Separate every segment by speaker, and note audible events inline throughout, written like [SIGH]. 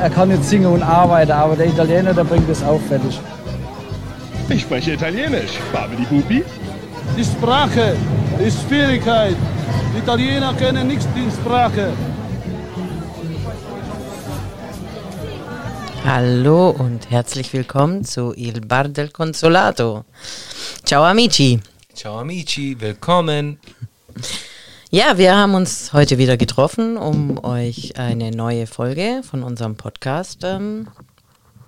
Speaker 1: Er kann jetzt singen und arbeiten, aber der Italiener, der bringt das auffällig.
Speaker 2: Ich spreche Italienisch. Babidi Bubi?
Speaker 3: Die Sprache ist Schwierigkeit. Die Italiener kennen nicht die Sprache.
Speaker 4: Hallo und herzlich willkommen zu Il Bar del Consolato. Ciao amici.
Speaker 5: Ciao amici, willkommen.
Speaker 4: Ja, wir haben uns heute wieder getroffen, um euch eine neue Folge von unserem Podcast ähm,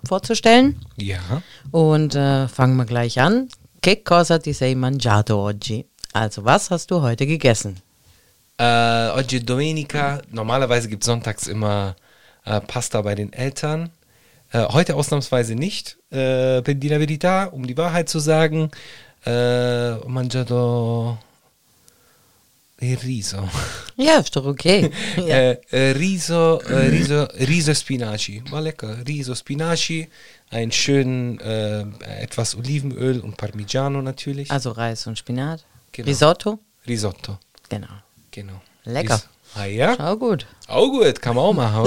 Speaker 4: vorzustellen.
Speaker 5: Ja.
Speaker 4: Und äh, fangen wir gleich an. Che cosa ti sei mangiato oggi? Also, was hast du heute gegessen?
Speaker 5: Äh, oggi è domenica. Normalerweise gibt es sonntags immer äh, Pasta bei den Eltern. Äh, heute ausnahmsweise nicht. Äh, per dire la verità, um die Wahrheit zu sagen. Äh, ho mangiato il riso.
Speaker 4: Ja, ist doch
Speaker 5: [LAUGHS]
Speaker 4: okay. ja.
Speaker 5: Äh, äh, riso, äh, riso, riso e spinaci. War lecker. Riso, e spinaci, einen schönen äh, etwas Olivenöl und Parmigiano natürlich.
Speaker 4: Also Reis und Spinat.
Speaker 5: Genau.
Speaker 4: Risotto.
Speaker 5: Risotto.
Speaker 4: Genau.
Speaker 5: Genau.
Speaker 4: Lecker.
Speaker 5: Ist- Ah ja?
Speaker 4: Schau gut.
Speaker 5: Auch gut, kann man auch machen,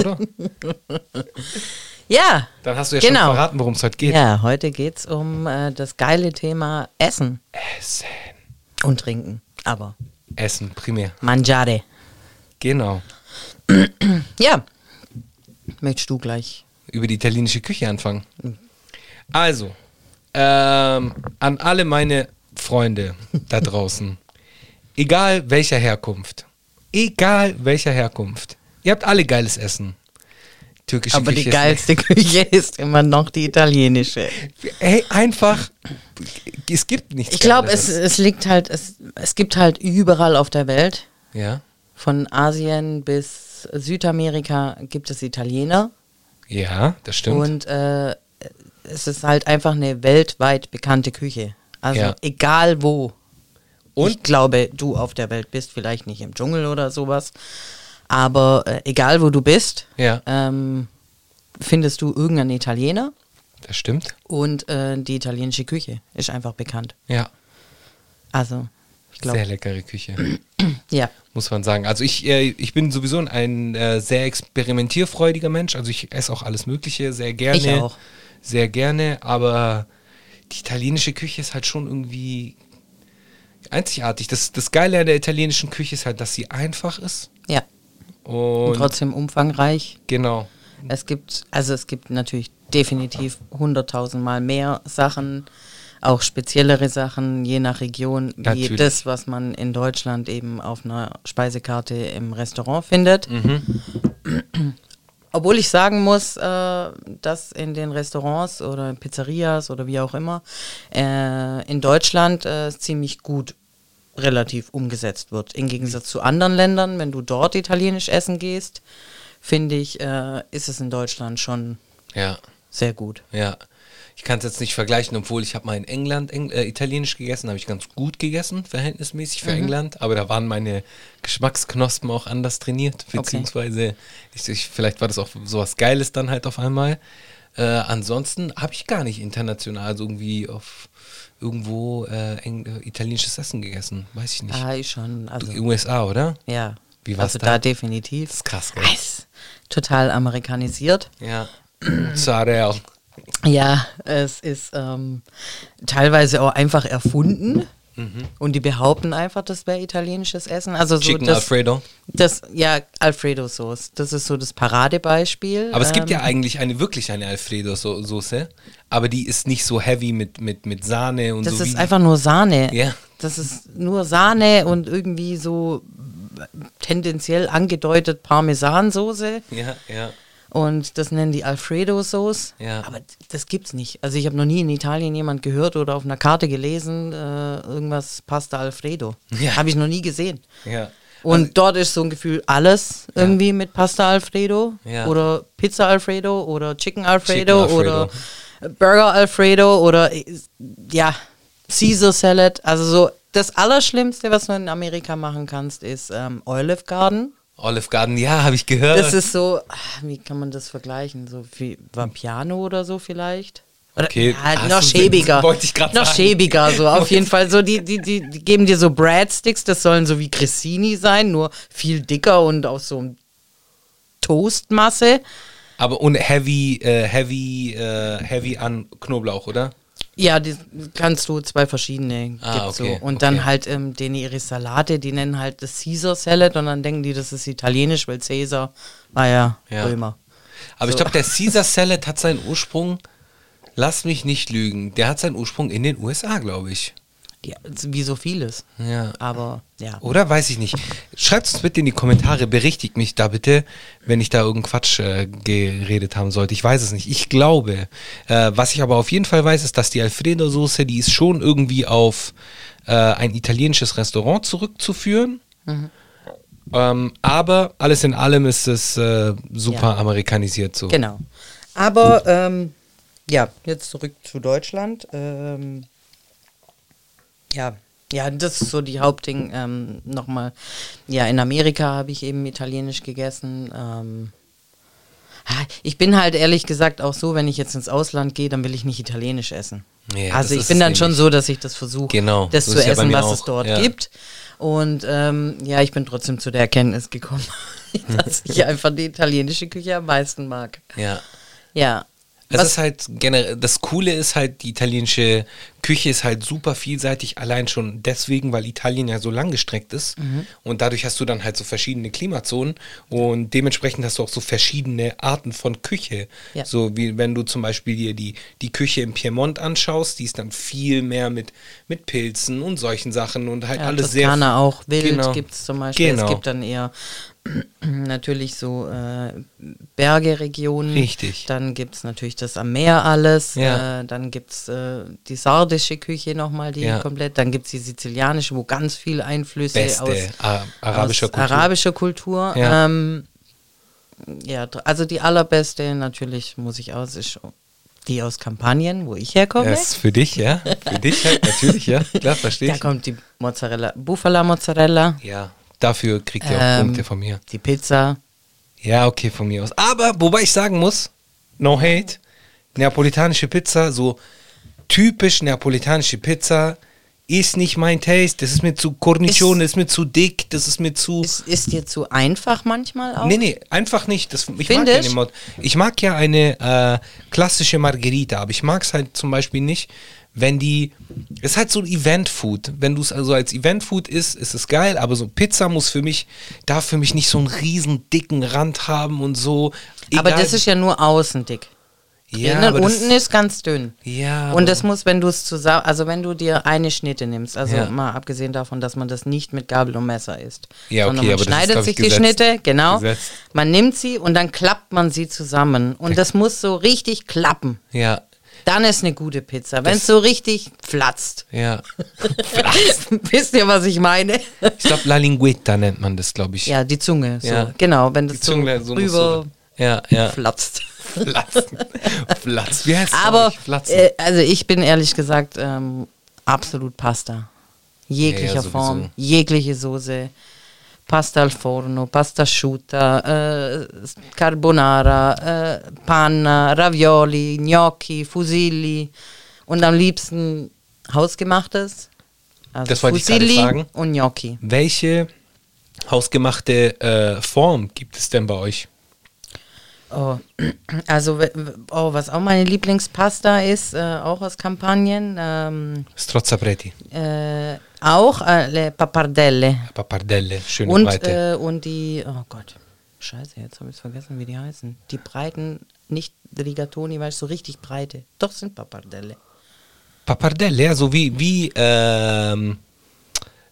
Speaker 4: [LAUGHS]
Speaker 5: oder?
Speaker 4: Ja.
Speaker 5: Dann hast du ja
Speaker 4: Genau.
Speaker 5: schon verraten, worum es heute geht.
Speaker 4: Ja, heute geht es um äh, das geile Thema Essen
Speaker 5: Essen.
Speaker 4: und Trinken. Aber
Speaker 5: Essen, primär.
Speaker 4: mangiare.
Speaker 5: Genau.
Speaker 4: Ja. Möchtest du gleich?
Speaker 5: Über die italienische Küche anfangen.
Speaker 4: Mhm.
Speaker 5: Also, ähm, an alle meine Freunde
Speaker 4: [LAUGHS]
Speaker 5: da draußen, egal welcher Herkunft, egal welcher Herkunft, ihr habt alle geiles Essen. Türkische
Speaker 4: Aber die
Speaker 5: Küche ist lecker.
Speaker 4: geilste Küche [LAUGHS] ist immer noch die italienische.
Speaker 5: Hey, einfach, es gibt nichts
Speaker 4: Ich glaube, es,
Speaker 5: Geileres.
Speaker 4: es liegt halt, es, es gibt halt überall auf der Welt,
Speaker 5: Ja,
Speaker 4: von Asien bis Südamerika gibt es Italiener.
Speaker 5: ja, das stimmt.
Speaker 4: Und äh, es ist halt einfach eine weltweit bekannte Küche. Also
Speaker 5: Ja.
Speaker 4: egal wo.
Speaker 5: Und-
Speaker 4: ich glaube, du auf der Welt bist, vielleicht nicht im Dschungel oder sowas. Aber äh, egal wo du bist,
Speaker 5: Ja.
Speaker 4: ähm, findest du irgendeinen Italiener
Speaker 5: das stimmt.
Speaker 4: und äh, die italienische Küche ist einfach bekannt.
Speaker 5: Ja,
Speaker 4: Also, ich
Speaker 5: sehr
Speaker 4: glaube,
Speaker 5: leckere Küche.
Speaker 4: ja.
Speaker 5: muss man sagen. Also ich, äh, ich bin sowieso ein äh, sehr experimentierfreudiger Mensch. Also ich esse auch alles Mögliche sehr gerne.
Speaker 4: Ich auch.
Speaker 5: Sehr gerne, aber die italienische Küche ist halt schon irgendwie einzigartig. Das, das Geile an der italienischen Küche ist halt, dass sie einfach ist.
Speaker 4: Ja.
Speaker 5: Und,
Speaker 4: Und trotzdem umfangreich.
Speaker 5: genau.
Speaker 4: Es gibt, also es gibt natürlich definitiv hunderttausendmal mehr Sachen, auch speziellere Sachen, je nach Region, wie
Speaker 5: Natürlich.
Speaker 4: das, was man in Deutschland eben auf einer Speisekarte im Restaurant findet. Obwohl ich sagen muss, äh, dass in den Restaurants oder Pizzerias oder wie auch immer äh, in Deutschland äh, es ziemlich gut relativ umgesetzt wird. Im Gegensatz zu anderen Ländern, wenn du dort italienisch essen gehst, finde ich, äh, ist es in Deutschland schon
Speaker 5: Ja,
Speaker 4: sehr gut.
Speaker 5: ja. Ich kann es jetzt nicht vergleichen, obwohl ich habe mal in England Eng äh, Italienisch gegessen, habe ich ganz gut gegessen, verhältnismäßig
Speaker 4: Mhm.
Speaker 5: für England, aber da waren meine Geschmacksknospen auch anders trainiert, beziehungsweise ich, ich, vielleicht war das auch sowas Geiles dann halt auf einmal. Äh, ansonsten habe ich gar nicht international, also irgendwie auf irgendwo äh, Eng äh, italienisches Essen gegessen, weiß ich nicht.
Speaker 4: Ah, ich schon. Also,
Speaker 5: Du, USA, oder?
Speaker 4: ja.
Speaker 5: Wie war's
Speaker 4: also
Speaker 5: da?
Speaker 4: da definitiv.
Speaker 5: Das ist krass, gell?
Speaker 4: Eis. Total amerikanisiert.
Speaker 5: Ja. Mozzarella.
Speaker 4: Ja, es ist ähm, teilweise auch einfach erfunden. Und die behaupten einfach, das wäre italienisches Essen. Also so
Speaker 5: Mhm. Chicken
Speaker 4: das,
Speaker 5: Alfredo.
Speaker 4: Das, ja, Alfredo-Sauce. Das ist so das Paradebeispiel.
Speaker 5: Aber es gibt
Speaker 4: Ähm,
Speaker 5: ja eigentlich eine wirklich eine Alfredo-Soße, aber die ist nicht so heavy mit, mit, mit Sahne und
Speaker 4: Das
Speaker 5: so. wie
Speaker 4: ist
Speaker 5: die-
Speaker 4: einfach nur Sahne.
Speaker 5: Ja.
Speaker 4: Das ist nur Sahne und irgendwie so tendenziell angedeutet Parmesansoße.
Speaker 5: Ja, ja.
Speaker 4: Und das nennen die Alfredo-Sauce.
Speaker 5: Ja.
Speaker 4: Aber das gibt's nicht. Also ich habe noch nie in Italien jemand gehört oder auf einer Karte gelesen, äh, irgendwas Pasta Alfredo.
Speaker 5: Ja. Also
Speaker 4: Habe ich noch nie gesehen.
Speaker 5: ja.
Speaker 4: Und dort ist so ein Gefühl alles irgendwie mit Pasta Alfredo
Speaker 5: Ja.
Speaker 4: oder Pizza Alfredo oder Chicken Alfredo,
Speaker 5: Chicken Alfredo.
Speaker 4: oder Burger Alfredo oder äh, ja, Caesar Salad. Also so das Allerschlimmste, was du in Amerika machen kannst, ist ähm, Olive Garden.
Speaker 5: Olive Garden, ja, habe ich gehört.
Speaker 4: Das ist so, ah, wie kann man das vergleichen? So wie Vapiano oder so vielleicht? Oder,
Speaker 5: Okay,
Speaker 4: ja,
Speaker 5: hast
Speaker 4: noch
Speaker 5: du-
Speaker 4: schäbiger.
Speaker 5: [LAUGHS] wollte ich grad
Speaker 4: noch
Speaker 5: sagen.
Speaker 4: schäbiger, so auf
Speaker 5: Wollte-
Speaker 4: jeden Fall. So, die, die, die, die geben dir so Breadsticks, das sollen so wie Cressini sein, nur viel dicker und auf so einem Toastmasse.
Speaker 5: Aber ohne heavy, äh, heavy, äh, heavy an Knoblauch, oder?
Speaker 4: Ja, die kannst du zwei verschiedene
Speaker 5: Ah,
Speaker 4: gibt's
Speaker 5: okay,
Speaker 4: so. Und dann
Speaker 5: okay.
Speaker 4: halt ähm, denen ihre Salate, die nennen halt das Caesar Salad und dann denken die, das ist italienisch, weil Caesar war ja,
Speaker 5: Ja.
Speaker 4: Römer.
Speaker 5: Aber ich glaube, der Caesar Salad hat seinen Ursprung, lass mich nicht lügen, der hat seinen Ursprung in den USA, glaube ich.
Speaker 4: Ja, wie so vieles.
Speaker 5: Ja.
Speaker 4: Aber ja.
Speaker 5: Oder weiß ich nicht. Schreibt uns bitte in die Kommentare, berichtigt mich da bitte, wenn ich da irgendeinen Quatsch äh, geredet haben sollte. Ich weiß es nicht. Ich glaube, äh, was ich aber auf jeden Fall weiß, ist, dass die Alfredo-Soße, die ist schon irgendwie auf äh, ein italienisches Restaurant zurückzuführen.
Speaker 4: Mhm.
Speaker 5: Ähm, aber alles in allem ist es äh, super
Speaker 4: Ja.
Speaker 5: amerikanisiert so.
Speaker 4: Genau. Aber ähm, ja, jetzt zurück zu Deutschland. Ähm, ja. Ja, das ist so die Hauptding. Ähm, Nochmal, ja, in Amerika habe ich eben italienisch gegessen. Ähm, ah, ich bin halt ehrlich gesagt auch so, wenn ich jetzt ins Ausland gehe, dann will ich nicht italienisch essen.
Speaker 5: Nee,
Speaker 4: also
Speaker 5: das
Speaker 4: ich
Speaker 5: ist
Speaker 4: bin
Speaker 5: es
Speaker 4: dann schon
Speaker 5: nämlich.
Speaker 4: so, dass ich das versuche,
Speaker 5: Genau,
Speaker 4: das
Speaker 5: so
Speaker 4: zu
Speaker 5: ist ja bei
Speaker 4: essen,
Speaker 5: mir
Speaker 4: was es
Speaker 5: auch,
Speaker 4: dort
Speaker 5: ja.
Speaker 4: gibt. Und ähm, ja, ich bin trotzdem zu der Erkenntnis gekommen, [LAUGHS] dass
Speaker 5: [LAUGHS]
Speaker 4: ich einfach die italienische Küche am meisten mag.
Speaker 5: Ja.
Speaker 4: Ja.
Speaker 5: Es
Speaker 4: Was-
Speaker 5: ist halt generell, das Coole ist halt, die italienische Küche ist halt super vielseitig, allein schon deswegen, weil Italien ja so langgestreckt ist.
Speaker 4: Mhm.
Speaker 5: Und dadurch hast du dann halt so verschiedene Klimazonen und dementsprechend hast du auch so verschiedene Arten von Küche.
Speaker 4: Ja.
Speaker 5: So wie wenn du zum Beispiel dir die, die Küche im Piemont anschaust, die ist dann viel mehr mit, mit Pilzen und solchen Sachen und halt
Speaker 4: ja,
Speaker 5: alles
Speaker 4: Toskana
Speaker 5: sehr.
Speaker 4: auch, Wild
Speaker 5: Genau.
Speaker 4: gibt es zum Beispiel.
Speaker 5: Genau.
Speaker 4: Es gibt dann eher [CLEARS THROAT] natürlich so äh, Bergeregionen.
Speaker 5: Richtig.
Speaker 4: Dann gibt es natürlich das am Meer alles.
Speaker 5: Ja.
Speaker 4: Äh, dann gibt es äh, die sardische Küche nochmal, die
Speaker 5: Ja.
Speaker 4: komplett. Dann gibt es die sizilianische, wo ganz viel Einflüsse
Speaker 5: Beste
Speaker 4: aus,
Speaker 5: a- arabischer
Speaker 4: aus
Speaker 5: Kultur.
Speaker 4: arabischer Kultur.
Speaker 5: Ja.
Speaker 4: Ähm, ja, dr- also die allerbeste natürlich, muss ich aus, ist die aus Kampanien, wo ich herkomme.
Speaker 5: Das ist für dich, ja? Für dich halt, natürlich, ja. Klar, verstehe
Speaker 4: Da
Speaker 5: ich.
Speaker 4: kommt die Mozzarella, Bufala Mozzarella,
Speaker 5: Ja, dafür kriegt ihr auch
Speaker 4: Ähm,
Speaker 5: Punkte von mir.
Speaker 4: die Pizza.
Speaker 5: Ja, okay, von mir aus. Aber wobei ich sagen muss, no hate, neapolitanische Pizza, so typisch neapolitanische Pizza, ist nicht mein Taste. Das ist mir zu Cornicione, das ist mir zu dick, das ist mir zu.
Speaker 4: Ist, ist dir zu einfach manchmal auch?
Speaker 5: Nee, nee, einfach nicht. Das, ich, mag
Speaker 4: Findest?
Speaker 5: ja eine Mod ich mag ja eine äh, klassische Margherita, aber ich mag es halt zum Beispiel nicht, wenn die. Es ist halt so ein Event-Food. Wenn du es also als Event-Food isst, ist es geil, aber so Pizza muss für mich, darf für mich nicht so einen riesen dicken Rand haben und so.
Speaker 4: aber
Speaker 5: Egal-
Speaker 4: das ist ja nur außen dick.
Speaker 5: ja,
Speaker 4: Innen,
Speaker 5: aber das-
Speaker 4: unten ist ganz dünn.
Speaker 5: Ja, aber-
Speaker 4: Und das muss, wenn du es zusammen, also wenn du dir eine Schnitte nimmst, also
Speaker 5: Ja.
Speaker 4: mal abgesehen davon, dass man das nicht mit Gabel und Messer isst.
Speaker 5: Ja,
Speaker 4: sondern man
Speaker 5: okay, aber das ist,
Speaker 4: schneidet
Speaker 5: glaub ich,
Speaker 4: sich die
Speaker 5: gesetzt.
Speaker 4: Schnitte, genau.
Speaker 5: Gesetzt.
Speaker 4: Man nimmt sie und dann klappt man sie zusammen. Und das muss so richtig klappen.
Speaker 5: Ja,
Speaker 4: Dann ist eine gute Pizza. Wenn es so richtig platzt.
Speaker 5: ja.
Speaker 4: [LAUGHS] Wisst ihr, was ich meine?
Speaker 5: Ich glaube, La Linguetta nennt man das, glaube ich.
Speaker 4: Ja, die Zunge. So.
Speaker 5: Ja.
Speaker 4: Genau, wenn das
Speaker 5: Die Zunge
Speaker 4: so
Speaker 5: muss
Speaker 4: rüber
Speaker 5: so- Ja,
Speaker 4: [LAUGHS]
Speaker 5: ja.
Speaker 4: platzt.
Speaker 5: Platzen. Platz. Wie heißt das?
Speaker 4: Aber
Speaker 5: Platzen.
Speaker 4: äh, also ich bin ehrlich gesagt ähm, absolut Pasta. Jeglicher
Speaker 5: Ja, ja, sowieso.
Speaker 4: Form, jegliche Soße. Pasta al forno, Pasta asciutta, äh, Carbonara, äh, Panna, Ravioli, Gnocchi, Fusilli und am liebsten hausgemachtes. Also
Speaker 5: Das wollte ich gerade fragen.
Speaker 4: und Gnocchi.
Speaker 5: Welche hausgemachte äh, Form gibt es denn bei euch?
Speaker 4: Oh. Also w- w- oh, was auch meine Lieblingspasta ist, äh, auch aus Kampanien, ähm,
Speaker 5: Strozzapreti,
Speaker 4: äh, auch äh, le Pappardelle
Speaker 5: Pappardelle, schöne
Speaker 4: und, äh,
Speaker 5: Breite.
Speaker 4: und die, oh Gott, scheiße, jetzt habe ich es vergessen, wie die heißen. Die breiten, nicht Rigatoni, weil es so richtig breite. Doch sind Pappardelle.
Speaker 5: Pappardelle, ja, so wie, wie, ähm,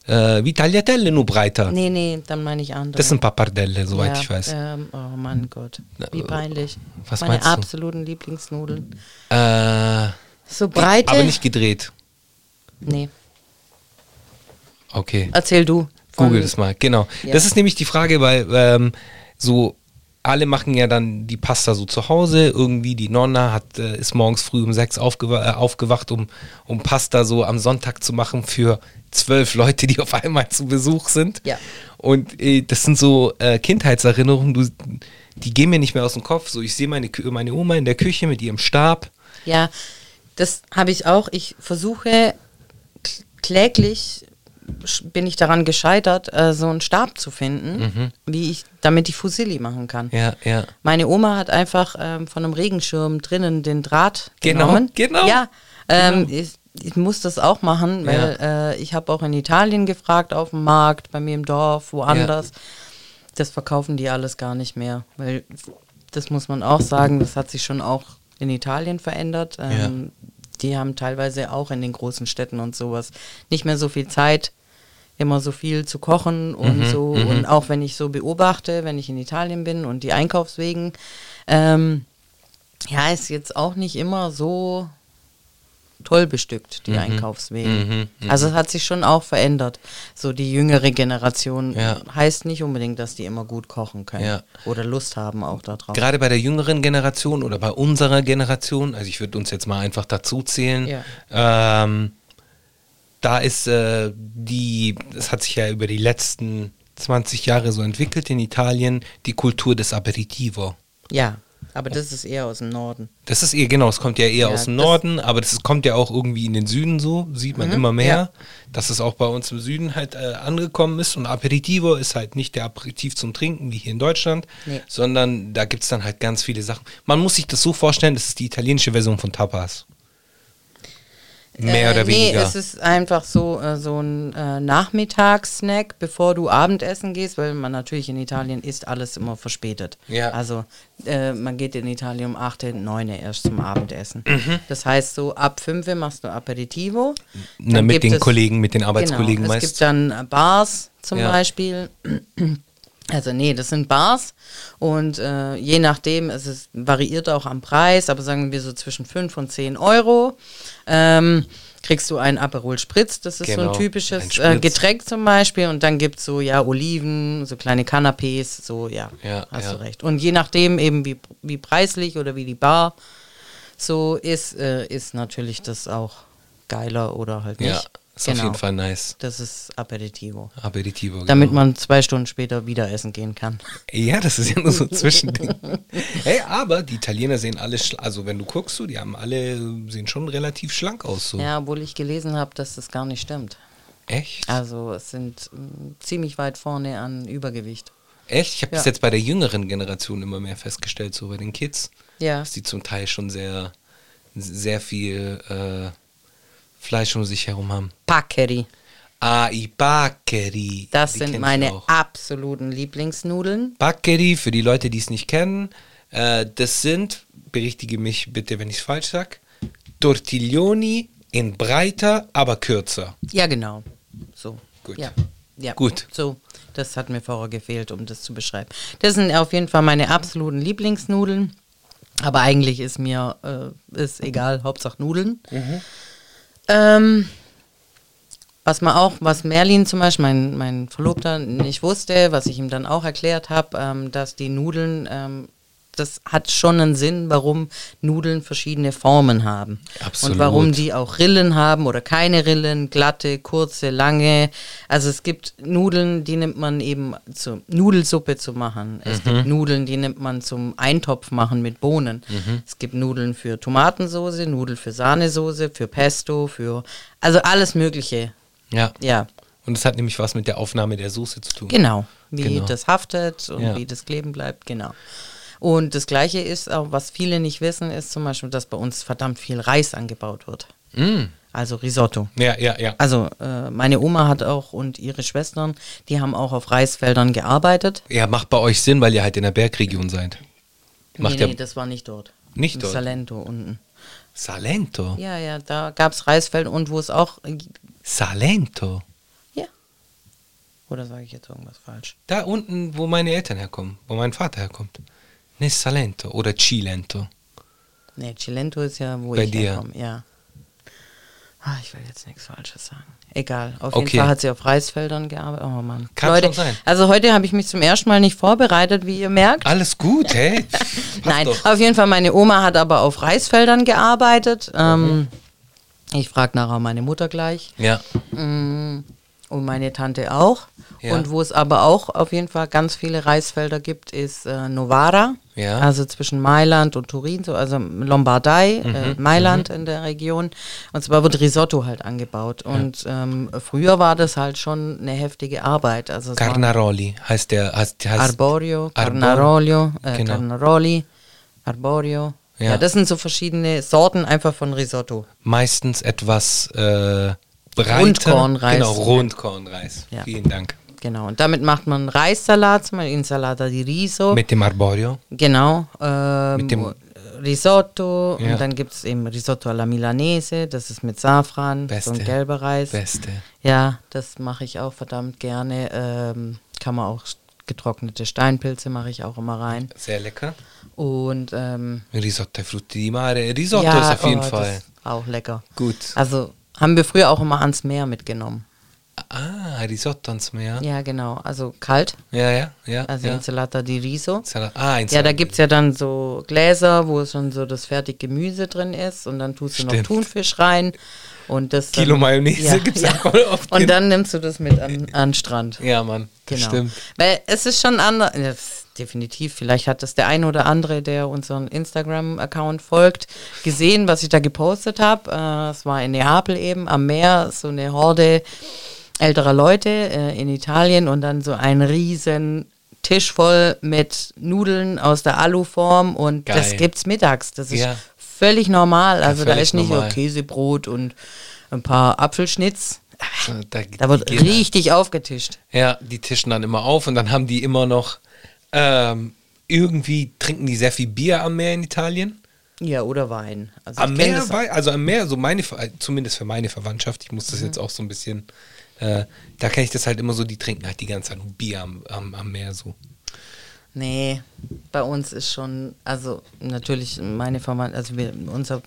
Speaker 5: äh, wie Tagliatelle, nur breiter.
Speaker 4: Nee, nee, dann meine ich andere.
Speaker 5: Das sind Pappardelle, soweit
Speaker 4: Ja,
Speaker 5: ich weiß.
Speaker 4: Ähm, oh mein Gott, wie
Speaker 5: äh,
Speaker 4: peinlich.
Speaker 5: was
Speaker 4: meine
Speaker 5: meinst du?
Speaker 4: absoluten Lieblingsnudeln.
Speaker 5: Äh,
Speaker 4: So breite?
Speaker 5: aber nicht gedreht.
Speaker 4: nee,
Speaker 5: Okay.
Speaker 4: erzähl du. von-
Speaker 5: Google das mal, genau.
Speaker 4: Ja.
Speaker 5: Das ist nämlich die Frage, weil ähm, so alle machen ja dann die Pasta so zu Hause. Irgendwie die Nonna hat, äh, ist morgens früh um sechs aufgewa äh, aufgewacht, um, um Pasta so am Sonntag zu machen für zwölf Leute, die auf einmal zu Besuch sind.
Speaker 4: Ja.
Speaker 5: Und äh, das sind so äh, Kindheitserinnerungen, du, die gehen mir nicht mehr aus dem Kopf. So, ich sehe meine, Kü- meine Oma in der Küche mit ihrem Stab.
Speaker 4: Ja, das habe ich auch. Ich versuche k- kläglich sch- bin ich daran gescheitert, äh, so einen Stab zu finden, wie ich, damit ich Fusilli machen kann.
Speaker 5: Mhm. Ja, ja.
Speaker 4: Meine Oma hat einfach ähm, von einem Regenschirm drinnen den Draht
Speaker 5: Genau,
Speaker 4: genommen.
Speaker 5: genau.
Speaker 4: Ja, ähm, Ich, ich muss das auch machen, weil äh, ich habe auch in Italien gefragt, auf dem Markt, bei mir im Dorf, woanders. Das verkaufen die alles gar nicht mehr, weil das muss man auch sagen, das hat sich schon auch in Italien verändert. Ähm, Die haben teilweise auch in den großen Städten und sowas nicht mehr so viel Zeit, immer so viel zu kochen und so. Und auch wenn ich so beobachte, wenn ich in Italien bin und die Einkaufswegen, ähm, ja, ist jetzt auch nicht immer so toll bestückt, die
Speaker 5: Mhm.
Speaker 4: Einkaufswege. Also es hat sich schon auch verändert. So die jüngere Generation
Speaker 5: Ja.
Speaker 4: heißt nicht unbedingt, dass die immer gut kochen können
Speaker 5: Ja.
Speaker 4: oder Lust haben auch darauf.
Speaker 5: Gerade bei der jüngeren Generation oder bei unserer Generation, also ich würde uns jetzt mal einfach dazu zählen,
Speaker 4: Ja.
Speaker 5: ähm, da ist äh, die, das hat sich ja über die letzten 20 Jahre so entwickelt in Italien, die Kultur des Aperitivo.
Speaker 4: Ja, aber das ist eher aus dem Norden.
Speaker 5: Das ist eher, genau, es kommt ja
Speaker 4: Ja,
Speaker 5: eher aus dem
Speaker 4: das- Mhm,
Speaker 5: Norden, aber das ist, kommt ja auch irgendwie in den Süden so, sieht man immer mehr,
Speaker 4: ja.
Speaker 5: dass es auch bei uns im Süden halt äh, angekommen ist. Und Aperitivo ist halt nicht der Aperitif zum Trinken, wie hier in Deutschland,
Speaker 4: Nee.
Speaker 5: sondern da gibt es dann halt ganz viele Sachen. Man muss sich das so vorstellen, das ist die italienische Version von Tapas. Mehr
Speaker 4: Äh,
Speaker 5: oder weniger.
Speaker 4: Nee, es ist einfach so, äh, so ein äh, Nachmittagssnack, bevor du Abendessen gehst, weil man natürlich in Italien isst alles immer verspätet.
Speaker 5: Ja.
Speaker 4: Also äh, man geht in Italien um 8, 9 erst zum Abendessen.
Speaker 5: Mhm.
Speaker 4: Das heißt so ab 5 machst du Aperitivo.
Speaker 5: Na,
Speaker 4: Dann
Speaker 5: mit
Speaker 4: gibt
Speaker 5: den Kollegen, mit den Arbeitskollegen
Speaker 4: genau,
Speaker 5: meist.
Speaker 4: Es gibt dann äh, Bars zum
Speaker 5: Ja.
Speaker 4: Beispiel. Also nee, das sind Bars und äh, je nachdem, es ist, variiert auch am Preis, aber sagen wir so zwischen 5 und 10 Euro ähm, kriegst du ein Aperol Spritz, das ist so ein
Speaker 5: Genau, ein
Speaker 4: typisches
Speaker 5: Spritz.
Speaker 4: äh, Getränk zum Beispiel und dann gibt es so, ja, Oliven, so kleine Canapés, so, ja,
Speaker 5: Ja,
Speaker 4: hast
Speaker 5: ja.
Speaker 4: du recht. Und je nachdem eben, wie, wie preislich oder wie die Bar so ist, äh, ist natürlich das auch geiler oder halt nicht.
Speaker 5: Ja, ist auf jeden Fall nice.
Speaker 4: Das ist Aperitivo.
Speaker 5: Aperitivo.
Speaker 4: Damit
Speaker 5: genau.
Speaker 4: man zwei Stunden später wieder essen gehen kann.
Speaker 5: Ja, das ist ja nur
Speaker 4: [LAUGHS]
Speaker 5: so ein Zwischending. hey, aber die Italiener sehen alle, schla- also wenn du guckst, so, die haben alle, sehen schon relativ schlank aus. So.
Speaker 4: Ja, obwohl ich gelesen habe, dass das gar nicht stimmt.
Speaker 5: Echt?
Speaker 4: Also es sind mm, ziemlich weit vorne an Übergewicht.
Speaker 5: Echt? Ich habe das
Speaker 4: Ja.
Speaker 5: jetzt bei der jüngeren Generation immer mehr festgestellt, so bei den Kids,
Speaker 4: Ja.
Speaker 5: dass die zum Teil schon sehr, sehr viel äh, Fleisch um sich herum haben.
Speaker 4: Paccheri.
Speaker 5: Ah, i Baccheri.
Speaker 4: Das
Speaker 5: Die kenn
Speaker 4: sind
Speaker 5: ich
Speaker 4: meine
Speaker 5: auch.
Speaker 4: absoluten Lieblingsnudeln.
Speaker 5: Baccheri, für die Leute, die es nicht kennen, äh, das sind, berichtige mich bitte, wenn ich es falsch sag, Tortiglioni in breiter, aber kürzer.
Speaker 4: Ja, genau. So.
Speaker 5: Gut.
Speaker 4: Ja. ja.
Speaker 5: Gut.
Speaker 4: So, das hat mir vorher gefehlt, um das zu beschreiben. Das sind auf jeden Fall meine absoluten Lieblingsnudeln. Aber eigentlich ist mir äh, ist egal, Hauptsache Nudeln.
Speaker 5: Mhm.
Speaker 4: Ähm, was man auch, was Merlin zum Beispiel, mein, mein Verlobter, nicht wusste, was ich ihm dann auch erklärt habe, ähm, dass die Nudeln, ähm, das hat schon einen Sinn, warum Nudeln verschiedene Formen haben.
Speaker 5: Absolut.
Speaker 4: Und warum die auch Rillen haben oder keine Rillen, glatte, kurze, lange. Also es gibt Nudeln, die nimmt man eben zur Nudelsuppe zu machen. Es gibt Nudeln, die nimmt man zum Eintopf machen mit Bohnen. Es gibt Nudeln für Tomatensoße, Nudeln für Sahnesoße, für Pesto, für also alles Mögliche.
Speaker 5: Ja.
Speaker 4: Ja,
Speaker 5: Und das hat nämlich was mit der Aufnahme der Soße zu tun.
Speaker 4: genau. Wie
Speaker 5: Genau.
Speaker 4: das haftet und
Speaker 5: Ja.
Speaker 4: wie das kleben bleibt, genau. Und das Gleiche ist auch, was viele nicht wissen, ist zum Beispiel, dass bei uns verdammt viel Reis angebaut wird.
Speaker 5: Mm.
Speaker 4: Also Risotto.
Speaker 5: Ja, ja, ja.
Speaker 4: Also äh, meine Oma hat auch und ihre Schwestern, die haben auch auf Reisfeldern gearbeitet.
Speaker 5: Ja, macht bei euch Sinn, weil ihr halt in der Bergregion seid. Macht
Speaker 4: nee,
Speaker 5: ja
Speaker 4: nee, das war nicht dort.
Speaker 5: Nicht
Speaker 4: In
Speaker 5: dort? Oh.
Speaker 4: Salento unten.
Speaker 5: Salento.
Speaker 4: Ja, ja, da gab es Reisfelder und wo es auch, äh,
Speaker 5: Salento.
Speaker 4: ja. Oder sage ich jetzt irgendwas falsch?
Speaker 5: Da unten, wo meine Eltern herkommen, wo mein Vater herkommt. Ne, Salento oder Cilento.
Speaker 4: Nee, Cilento ist ja, wo
Speaker 5: Bei
Speaker 4: ich
Speaker 5: dir.
Speaker 4: herkomme, ja. Ah, ich will jetzt nichts Falsches sagen. Egal, auf
Speaker 5: Okay.
Speaker 4: jeden Fall hat sie auf Reisfeldern gearbeitet. Oh Mann.
Speaker 5: Kann
Speaker 4: Leute,
Speaker 5: schon sein.
Speaker 4: also heute habe ich mich zum ersten Mal nicht vorbereitet, wie ihr merkt.
Speaker 5: Alles gut, hey. [LAUGHS] Passt
Speaker 4: Nein,
Speaker 5: doch.
Speaker 4: auf jeden Fall, meine Oma hat aber auf Reisfeldern gearbeitet. Ähm, Ich frage nachher meine Mutter gleich.
Speaker 5: Ja,
Speaker 4: Und meine Tante auch.
Speaker 5: Ja.
Speaker 4: Und wo es aber auch auf jeden Fall ganz viele Reisfelder gibt, ist äh, Novara.
Speaker 5: Ja.
Speaker 4: Also zwischen Mailand und Turin, so, also Lombardei,
Speaker 5: Mhm.
Speaker 4: äh, Mailand in der Region. Und zwar wird Risotto halt angebaut. Und ähm, früher war das halt schon eine heftige Arbeit. Also es waren-
Speaker 5: Carnaroli heißt der. Heißt, heißt
Speaker 4: Arborio,
Speaker 5: Arbor-
Speaker 4: Carnarolio, äh,
Speaker 5: Genau.
Speaker 4: Carnaroli, Arborio.
Speaker 5: Ja.
Speaker 4: Ja. das sind so verschiedene Sorten einfach von Risotto.
Speaker 5: Meistens etwas äh, breiter.
Speaker 4: Rundkornreis.
Speaker 5: Genau, Rundkornreis.
Speaker 4: Ja.
Speaker 5: Vielen Dank.
Speaker 4: Genau. Und damit macht man Reissalat, zum Beispiel Insalata di Riso.
Speaker 5: Mit dem Arborio.
Speaker 4: genau. Ähm,
Speaker 5: mit dem-
Speaker 4: Risotto.
Speaker 5: Ja.
Speaker 4: Und dann gibt es eben Risotto alla Milanese. Das ist mit Safran. So
Speaker 5: Beste.
Speaker 4: ein gelber Reis.
Speaker 5: Beste.
Speaker 4: Ja, das mache ich auch verdammt gerne. Ähm, kann man auch getrocknete Steinpilze mache ich auch immer rein.
Speaker 5: Sehr lecker.
Speaker 4: Und ähm,
Speaker 5: Risotto ai frutti di mare. Risotto
Speaker 4: ja,
Speaker 5: ist auf jeden
Speaker 4: oh, das
Speaker 5: Fall.
Speaker 4: ist Auch lecker.
Speaker 5: Gut.
Speaker 4: Also haben wir früher auch immer ans Meer mitgenommen.
Speaker 5: Ah, Risotto ans Meer.
Speaker 4: Ja, genau. Also kalt,
Speaker 5: Ja, ja, ja.
Speaker 4: also
Speaker 5: ja.
Speaker 4: Insalata di Riso.
Speaker 5: Salat. Ah,
Speaker 4: Ja, da
Speaker 5: Insalata.
Speaker 4: gibt es ja dann so Gläser, wo schon so das fertige Gemüse drin ist und dann tust du noch
Speaker 5: Stimmt.
Speaker 4: Thunfisch rein und das dann-
Speaker 5: Kilo Mayonnaise gibt's auch mal auf den-
Speaker 4: Und dann nimmst du das mit an, an den Strand.
Speaker 5: ja, Mann. das
Speaker 4: Genau.
Speaker 5: Stimmt.
Speaker 4: Weil es ist schon anders. Definitiv, vielleicht hat das der ein oder andere, der unseren Instagram-Account folgt, gesehen, was ich da gepostet habe. Äh, Es war in Neapel eben am Meer, so eine Horde älterer Leute äh, in Italien und dann so ein riesen Tisch voll mit Nudeln aus der Aluform und
Speaker 5: Geil.
Speaker 4: das gibt's mittags. Das ist
Speaker 5: Ja.
Speaker 4: völlig normal. Also da
Speaker 5: völlig
Speaker 4: ist nicht
Speaker 5: normal.
Speaker 4: nur Käsebrot und ein paar Apfelschnitz.
Speaker 5: So, Da,
Speaker 4: Da wird
Speaker 5: die gehen-
Speaker 4: richtig aufgetischt.
Speaker 5: Ja, die tischen dann immer auf und dann haben die immer noch ähm, irgendwie trinken die sehr viel Bier am Meer in Italien.
Speaker 4: Ja, oder Wein. Also
Speaker 5: Am
Speaker 4: ich kenn
Speaker 5: Meer,
Speaker 4: das-
Speaker 5: wei- also am Meer, so meine, Ver- zumindest für meine Verwandtschaft, ich muss das
Speaker 4: Mhm.
Speaker 5: jetzt auch so ein bisschen, äh, da kenne ich das halt immer so, die trinken halt die ganze Zeit nur Bier am, am, am Meer so.
Speaker 4: Nee, bei uns ist schon, also natürlich meine Verwandten, also wir, unser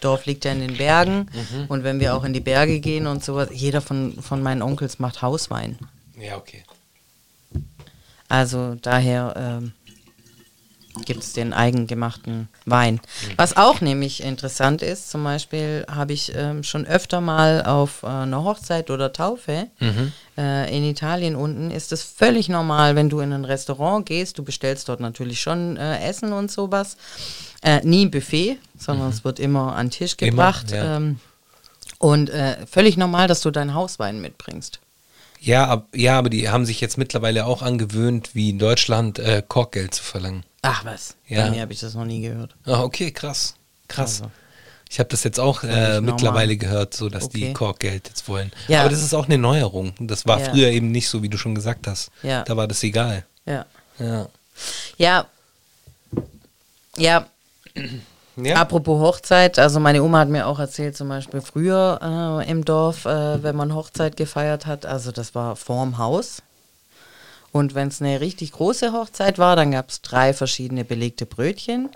Speaker 4: Dorf liegt ja in den Bergen und wenn wir auch in die Berge gehen und sowas, jeder von, von meinen Onkels macht Hauswein.
Speaker 5: Ja, okay.
Speaker 4: Also daher ähm, gibt es den eigengemachten Wein. Was auch nämlich interessant ist, zum Beispiel habe ich ähm, schon öfter mal auf äh, einer Hochzeit oder Taufe
Speaker 5: Mhm.
Speaker 4: äh, in Italien unten, ist es völlig normal, wenn du in ein Restaurant gehst, du bestellst dort natürlich schon äh, Essen und sowas. Äh, nie ein Buffet, sondern es wird immer an den Tisch
Speaker 5: Mhm. Immer,
Speaker 4: gebracht.
Speaker 5: ja.
Speaker 4: ähm, und äh, völlig normal, dass du deinen Hauswein mitbringst.
Speaker 5: Ja, ab, ja, aber die haben sich jetzt mittlerweile auch angewöhnt, wie in Deutschland äh, Korkgeld zu verlangen.
Speaker 4: Ach was,
Speaker 5: Ja.
Speaker 4: bei mir habe ich das noch nie gehört.
Speaker 5: Ah, okay, krass. Krass.
Speaker 4: Also.
Speaker 5: Ich habe das jetzt auch äh,
Speaker 4: normal.
Speaker 5: mittlerweile gehört, so dass die
Speaker 4: Okay.
Speaker 5: Korkgeld jetzt wollen.
Speaker 4: Ja.
Speaker 5: Aber das ist auch eine Neuerung. Das war
Speaker 4: Ja.
Speaker 5: früher eben nicht so, wie du schon gesagt hast.
Speaker 4: Ja.
Speaker 5: Da war das egal.
Speaker 4: Ja.
Speaker 5: Ja.
Speaker 4: Ja. Ja,
Speaker 5: Ja,
Speaker 4: apropos Hochzeit, also meine Oma hat mir auch erzählt, zum Beispiel früher äh, im Dorf, äh, wenn man Hochzeit gefeiert hat, also das war vorm Haus. Und wenn es eine richtig große Hochzeit war, dann gab es drei verschiedene belegte Brötchen.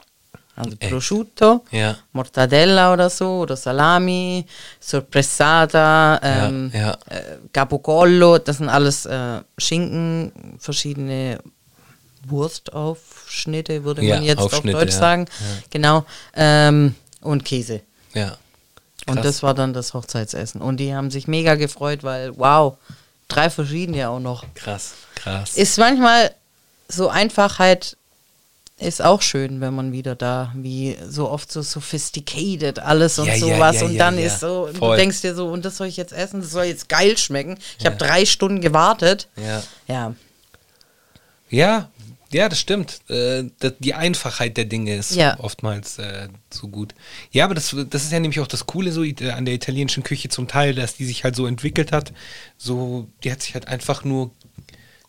Speaker 4: Also
Speaker 5: Echt?
Speaker 4: Prosciutto,
Speaker 5: Ja.
Speaker 4: Mortadella oder so, oder Salami, Sorpresata, ähm,
Speaker 5: ja.
Speaker 4: Äh, Capocollo, das sind alles äh, Schinken, verschiedene Wurstaufschnitte, würde
Speaker 5: Ja,
Speaker 4: man jetzt auf
Speaker 5: Aufschnitte,
Speaker 4: Deutsch
Speaker 5: ja.
Speaker 4: sagen. Genau. Ähm, und Käse.
Speaker 5: ja.
Speaker 4: Und
Speaker 5: Krass.
Speaker 4: das war dann das Hochzeitsessen. Und die haben sich mega gefreut, weil, wow, drei verschiedene auch noch.
Speaker 5: Krass, krass.
Speaker 4: Ist manchmal so Einfachheit ist auch schön, wenn man wieder da wie so oft so sophisticated alles und
Speaker 5: Ja, ja,
Speaker 4: sowas
Speaker 5: ja,
Speaker 4: und
Speaker 5: ja,
Speaker 4: dann
Speaker 5: ja.
Speaker 4: ist so und du
Speaker 5: Voll.
Speaker 4: denkst dir so und das soll ich jetzt essen, das soll jetzt geil schmecken. Ich habe drei Stunden gewartet.
Speaker 5: Ja.
Speaker 4: Ja,
Speaker 5: ja, ja, das stimmt. Äh, da- die Einfachheit der Dinge ist
Speaker 4: Ja.
Speaker 5: oftmals äh, so gut. Ja, aber das, das ist ja nämlich auch das Coole so it- an der italienischen Küche zum Teil, dass die sich halt so entwickelt hat. So, die hat sich halt einfach nur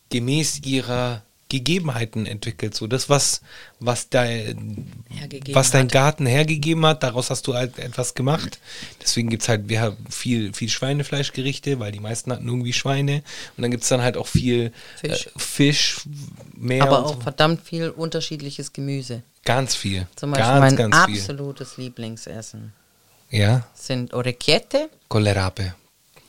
Speaker 5: gemäß ihrer Gegebenheiten entwickelt. So das, was, was dein,
Speaker 4: Hergegeben
Speaker 5: was dein
Speaker 4: hat.
Speaker 5: Garten hergegeben hat, daraus hast du halt etwas gemacht. Deswegen gibt es halt, wir haben viel, viel Schweinefleischgerichte, weil die meisten hatten irgendwie Schweine. Und dann gibt es dann halt auch viel
Speaker 4: Fisch.
Speaker 5: äh, Fisch Meer
Speaker 4: aber
Speaker 5: und
Speaker 4: auch
Speaker 5: so.
Speaker 4: verdammt viel unterschiedliches Gemüse.
Speaker 5: ganz viel.
Speaker 4: Zum Beispiel
Speaker 5: ganz,
Speaker 4: mein
Speaker 5: ganz viel.
Speaker 4: absolutes Lieblingsessen
Speaker 5: Ja,
Speaker 4: sind Orecchiette,
Speaker 5: Kohlrabe.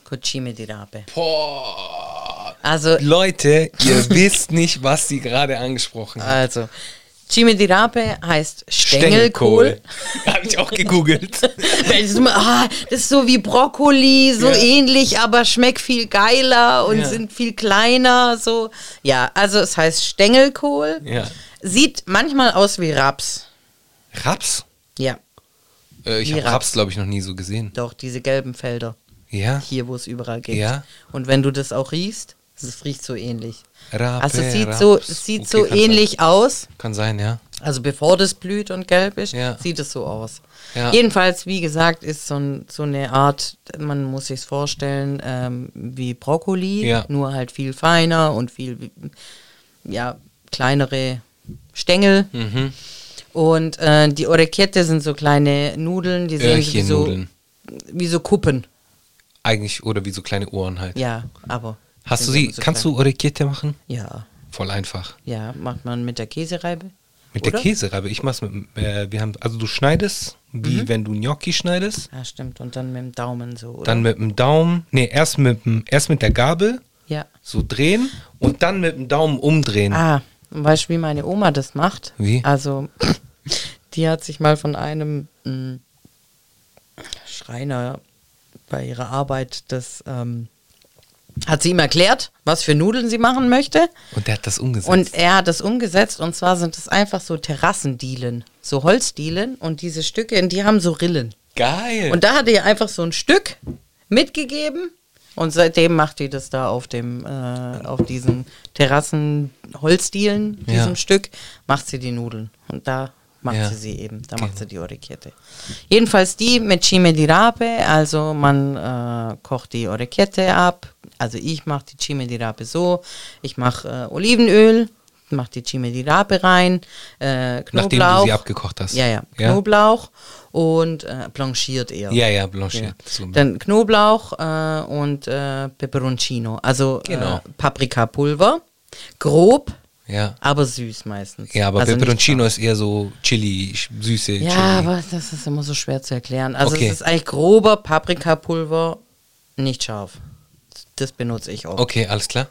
Speaker 4: Cucime di Rape.
Speaker 5: Boah.
Speaker 4: Also [LAUGHS]
Speaker 5: Leute, ihr wisst nicht, was sie gerade angesprochen hat.
Speaker 4: Also, Cime di Rape heißt Äh, Stängelkohl.
Speaker 5: [LAUGHS] Habe ich auch gegoogelt.
Speaker 4: [LAUGHS] Weil es ist immer, ah, das ist so wie Brokkoli, so
Speaker 5: Ja.
Speaker 4: ähnlich, aber schmeckt viel geiler und
Speaker 5: Ja.
Speaker 4: sind viel kleiner. So. Ja, also es heißt Stängelkohl.
Speaker 5: Ja.
Speaker 4: Sieht manchmal aus wie Raps.
Speaker 5: Raps?
Speaker 4: Ja,
Speaker 5: Äh, ich
Speaker 4: Wie
Speaker 5: habe
Speaker 4: Raps?
Speaker 5: Raps, glaube ich, noch nie so gesehen.
Speaker 4: doch, diese gelben Felder
Speaker 5: Ja?
Speaker 4: hier, wo es überall gibt.
Speaker 5: Ja.
Speaker 4: Und wenn du das auch riechst, es riecht so ähnlich.
Speaker 5: Rape,
Speaker 4: also es sieht so,
Speaker 5: Raps.
Speaker 4: es sieht
Speaker 5: Okay,
Speaker 4: so
Speaker 5: kann
Speaker 4: ähnlich aus.
Speaker 5: Sein. Kann sein, ja.
Speaker 4: Also bevor das blüht und gelb ist,
Speaker 5: Ja.
Speaker 4: sieht es so aus.
Speaker 5: Ja.
Speaker 4: Jedenfalls, wie gesagt, ist so, ein, so eine Art, man muss sich vorstellen, ähm, wie Brokkoli,
Speaker 5: Ja.
Speaker 4: nur halt viel feiner und viel ja, kleinere Stängel.
Speaker 5: Mhm.
Speaker 4: Und äh, die Orecchiette sind so kleine Nudeln, die sehen wie so,
Speaker 5: Öhrchennudeln.
Speaker 4: wie so Kuppen.
Speaker 5: Eigentlich, oder wie so kleine Ohren halt.
Speaker 4: Ja, aber.
Speaker 5: Hast
Speaker 4: sind
Speaker 5: du sie,
Speaker 4: aber so
Speaker 5: kannst
Speaker 4: klein.
Speaker 5: du Orecchiette machen?
Speaker 4: Ja,
Speaker 5: Voll einfach.
Speaker 4: ja, macht man mit der Käsereibe.
Speaker 5: Mit
Speaker 4: oder?
Speaker 5: der Käsereibe. Ich mach's mit, äh, wir haben, also du schneidest, wie
Speaker 4: Mhm.
Speaker 5: wenn du Gnocchi schneidest,
Speaker 4: Ah, stimmt. Und dann mit dem Daumen so, oder?
Speaker 5: dann mit dem Daumen, nee, erst mit, dem, erst mit der Gabel
Speaker 4: ja.
Speaker 5: so drehen und dann mit dem Daumen umdrehen.
Speaker 4: Ah, weißt du, wie meine Oma das macht?
Speaker 5: Wie?
Speaker 4: Also, die hat sich mal von einem mh, Schreiner bei ihrer Arbeit das, ähm, hat sie ihm erklärt, was für Nudeln sie machen möchte.
Speaker 5: Und der hat das umgesetzt.
Speaker 4: Und er hat das umgesetzt und zwar sind es einfach so Terrassendielen, so Holzdielen und diese Stücke, und die haben so Rillen.
Speaker 5: Geil.
Speaker 4: Und da hat er einfach so ein Stück mitgegeben und seitdem macht die das da auf dem, äh, auf diesen Terrassen Holzdielen,
Speaker 5: Ja.
Speaker 4: diesem Stück, macht sie die Nudeln. Und da macht
Speaker 5: Ja.
Speaker 4: sie sie eben, da
Speaker 5: Geil.
Speaker 4: macht sie die Orecchiette. Jedenfalls die mit Cime di Rape, also man äh, kocht die Orecchiette ab, also ich mache die Cime di Rape so, ich mache äh, Olivenöl, mache die Cime di Rape rein, äh, Knoblauch.
Speaker 5: Nachdem du sie abgekocht hast.
Speaker 4: Ja, ja.
Speaker 5: Ja?
Speaker 4: Knoblauch und äh, blanchiert eher.
Speaker 5: ja, ja, blanchiert.
Speaker 4: Ja.
Speaker 5: So.
Speaker 4: Dann Knoblauch äh, und äh, Peperoncino, also
Speaker 5: Genau.
Speaker 4: äh, Paprikapulver. Grob,
Speaker 5: ja.
Speaker 4: aber süß meistens.
Speaker 5: ja, aber
Speaker 4: also nicht
Speaker 5: Peperoncino
Speaker 4: scharf.
Speaker 5: ist eher so Chili, sch- süße Chili.
Speaker 4: Ja, aber das ist immer so schwer zu erklären. Also
Speaker 5: Okay.
Speaker 4: es ist eigentlich grober Paprikapulver, nicht scharf. Das benutze ich auch.
Speaker 5: Okay, alles klar.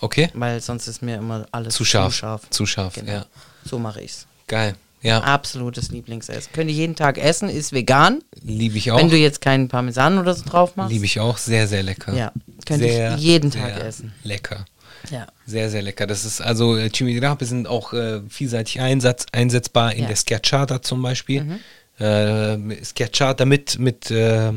Speaker 5: Okay.
Speaker 4: Weil sonst ist mir immer alles
Speaker 5: Zu scharf.
Speaker 4: Zu scharf,
Speaker 5: Zu scharf,
Speaker 4: genau.
Speaker 5: ja.
Speaker 4: So mache ich's.
Speaker 5: Geil. Ja,
Speaker 4: Ah. Absolutes Lieblingsessen. Könnte jeden Tag essen, ist vegan.
Speaker 5: liebe ich auch.
Speaker 4: Wenn du jetzt keinen Parmesan oder so drauf machst.
Speaker 5: Liebe ich auch. Sehr, sehr lecker.
Speaker 4: Ja, könnte ich jeden Tag essen.
Speaker 5: Lecker.
Speaker 4: Ja.
Speaker 5: Sehr, sehr lecker. Das ist also äh, Chimichurri sind auch äh, vielseitig einsatz, einsetzbar in
Speaker 4: Ja. Mhm.
Speaker 5: der Schiacciata zum Beispiel. Äh, Schiacciata mit, mit äh,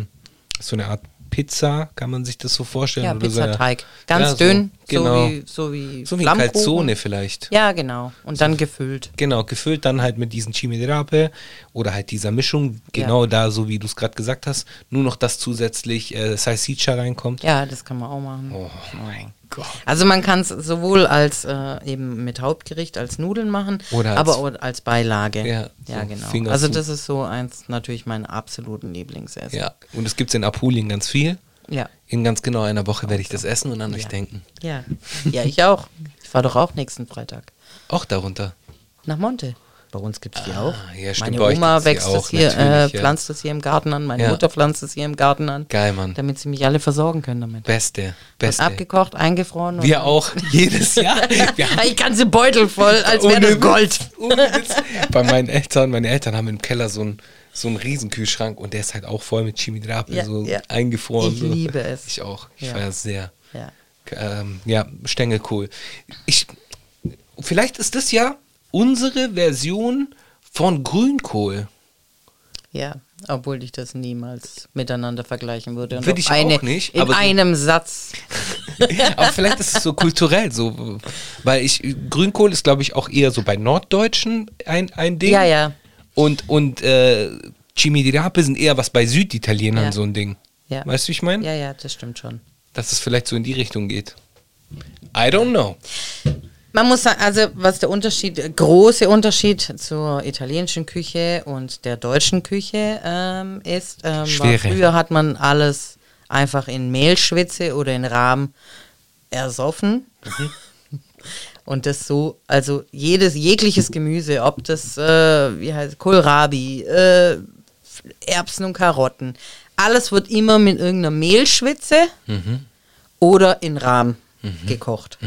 Speaker 5: so einer Art Pizza, kann man sich das so vorstellen?
Speaker 4: Ja,
Speaker 5: Oder so eine-
Speaker 4: Pizzateig. Ganz
Speaker 5: so,
Speaker 4: dünn,
Speaker 5: genau.
Speaker 4: so wie, so wie,
Speaker 5: So wie
Speaker 4: Flammkuchen.
Speaker 5: Calzone vielleicht.
Speaker 4: Ja, genau. Und dann gefüllt.
Speaker 5: Genau, gefüllt dann halt mit diesen Chimichurri oder halt dieser Mischung, genau da, so wie du es gerade gesagt hast, nur noch das zusätzlich äh, Salsiccia reinkommt.
Speaker 4: Ja, das kann man auch machen. Genau.
Speaker 5: Oh mein Gott.
Speaker 4: Also man kann es sowohl als äh, eben mit Hauptgericht als Nudeln machen,
Speaker 5: Oder als-
Speaker 4: aber auch als Beilage.
Speaker 5: Ja, so
Speaker 4: genau.
Speaker 5: Finger
Speaker 4: also
Speaker 5: zu.
Speaker 4: das ist so eins natürlich mein absoluten Lieblingsessen.
Speaker 5: Ja, und es gibt es in Apulien ganz viel.
Speaker 4: Ja.
Speaker 5: In ganz genau einer Woche werde ich das essen und an euch
Speaker 4: Ja.
Speaker 5: denken.
Speaker 4: Ja. ja, ich auch. Ich fahre doch auch nächsten Freitag
Speaker 5: Auch darunter.
Speaker 4: nach Monte. Bei uns gibt es die auch.
Speaker 5: Ah, ja, stimmt, bei
Speaker 4: meine
Speaker 5: euch
Speaker 4: Oma
Speaker 5: gibt's die
Speaker 4: wächst
Speaker 5: auch,
Speaker 4: das hier, äh,
Speaker 5: natürlich, ja.
Speaker 4: pflanzt das hier im Garten an, meine
Speaker 5: Ja.
Speaker 4: Mutter pflanzt das hier im Garten an.
Speaker 5: Geil, Mann.
Speaker 4: Damit sie mich alle versorgen können damit.
Speaker 5: Beste,
Speaker 4: Und
Speaker 5: beste.
Speaker 4: abgekocht, eingefroren. und- [LAUGHS]
Speaker 5: Wir auch [LAUGHS] jedes Jahr. Wir haben
Speaker 4: ich kann sie Beutel voll, als wäre das
Speaker 5: Ohne
Speaker 4: Gold.
Speaker 5: Ohne Witz. Bei meinen Eltern, meine Eltern haben im Keller so einen so einen Riesenkühlschrank und der ist halt auch voll mit Chimidrape,
Speaker 4: Ja,
Speaker 5: so
Speaker 4: ja.
Speaker 5: eingefroren.
Speaker 4: Ich
Speaker 5: so.
Speaker 4: liebe es.
Speaker 5: Ich auch. Ich
Speaker 4: Ja.
Speaker 5: feiere es sehr.
Speaker 4: Ja.
Speaker 5: Ähm, ja, Stängelkohl. Ich, vielleicht ist das ja unsere Version von Grünkohl.
Speaker 4: ja, obwohl ich das niemals miteinander vergleichen würde. Und
Speaker 5: Würde
Speaker 4: auf
Speaker 5: ich auch
Speaker 4: eine,
Speaker 5: nicht,
Speaker 4: In
Speaker 5: aber so-
Speaker 4: einem Satz.
Speaker 5: [LAUGHS] Aber vielleicht ist es so kulturell so, weil ich Grünkohl ist glaube ich auch eher so bei Norddeutschen ein, ein Ding.
Speaker 4: Ja, ja.
Speaker 5: Und und äh, Chimichurri sind eher was bei Süditalienern
Speaker 4: Ja.
Speaker 5: so ein Ding.
Speaker 4: Ja.
Speaker 5: Weißt du, wie ich meine?
Speaker 4: Ja, ja, das stimmt schon.
Speaker 5: Dass es vielleicht so in die Richtung geht. I don't know.
Speaker 4: Man muss sagen, also was der Unterschied, äh, große Unterschied zur italienischen Küche und der deutschen Küche ähm, ist, ähm, war
Speaker 5: Schwere.
Speaker 4: früher hat man alles einfach in Mehlschwitze oder in Rahm ersoffen. Und das so, also jedes, jegliches Gemüse, ob das, äh, wie heißt Kohlrabi, äh, Erbsen und Karotten, alles wird immer mit irgendeiner
Speaker 5: Mhm.
Speaker 4: Mehlschwitze oder in Rahm gekocht.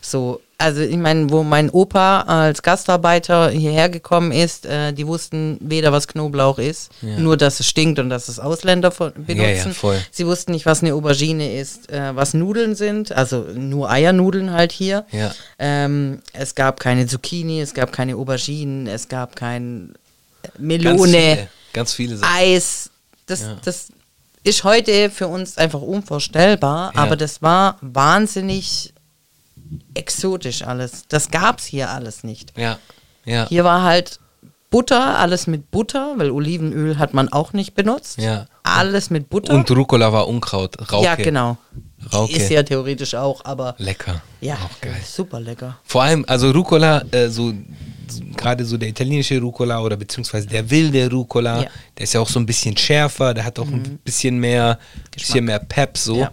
Speaker 4: So, also ich meine, wo mein Opa als Gastarbeiter hierher gekommen ist, äh, die wussten weder, was Knoblauch ist, nur, dass es stinkt und dass es Ausländer von- benutzen.
Speaker 5: ja, voll.
Speaker 4: Sie wussten nicht, was eine Aubergine ist, äh, was Nudeln sind, also nur Eiernudeln halt hier.
Speaker 5: Ja.
Speaker 4: Ähm, es gab keine Zucchini, es gab keine Auberginen, es gab kein äh,
Speaker 5: Ganz
Speaker 4: Melone,
Speaker 5: viele, ganz viele Sachen.
Speaker 4: Eis. Das,
Speaker 5: Ja.
Speaker 4: das ist heute für uns einfach unvorstellbar,
Speaker 5: Ja.
Speaker 4: aber das war wahnsinnig exotisch alles. Das gab es hier alles nicht.
Speaker 5: Ja, ja,
Speaker 4: Hier war halt Butter, alles mit Butter, weil Olivenöl hat man auch nicht benutzt.
Speaker 5: Ja.
Speaker 4: Alles mit Butter.
Speaker 5: Und Rucola war Unkraut, Rauke.
Speaker 4: Ja, genau. Die
Speaker 5: Rauke.
Speaker 4: Ist ja theoretisch auch, aber
Speaker 5: Lecker.
Speaker 4: ja,
Speaker 5: Auch geil.
Speaker 4: super lecker.
Speaker 5: Vor allem, also Rucola, äh, so so- gerade so der italienische Rucola oder beziehungsweise der wilde Rucola,
Speaker 4: Ja. Mhm.
Speaker 5: der ist ja auch so ein bisschen schärfer, der hat auch ein bisschen mehr, bisschen mehr Pep so.
Speaker 4: Ja.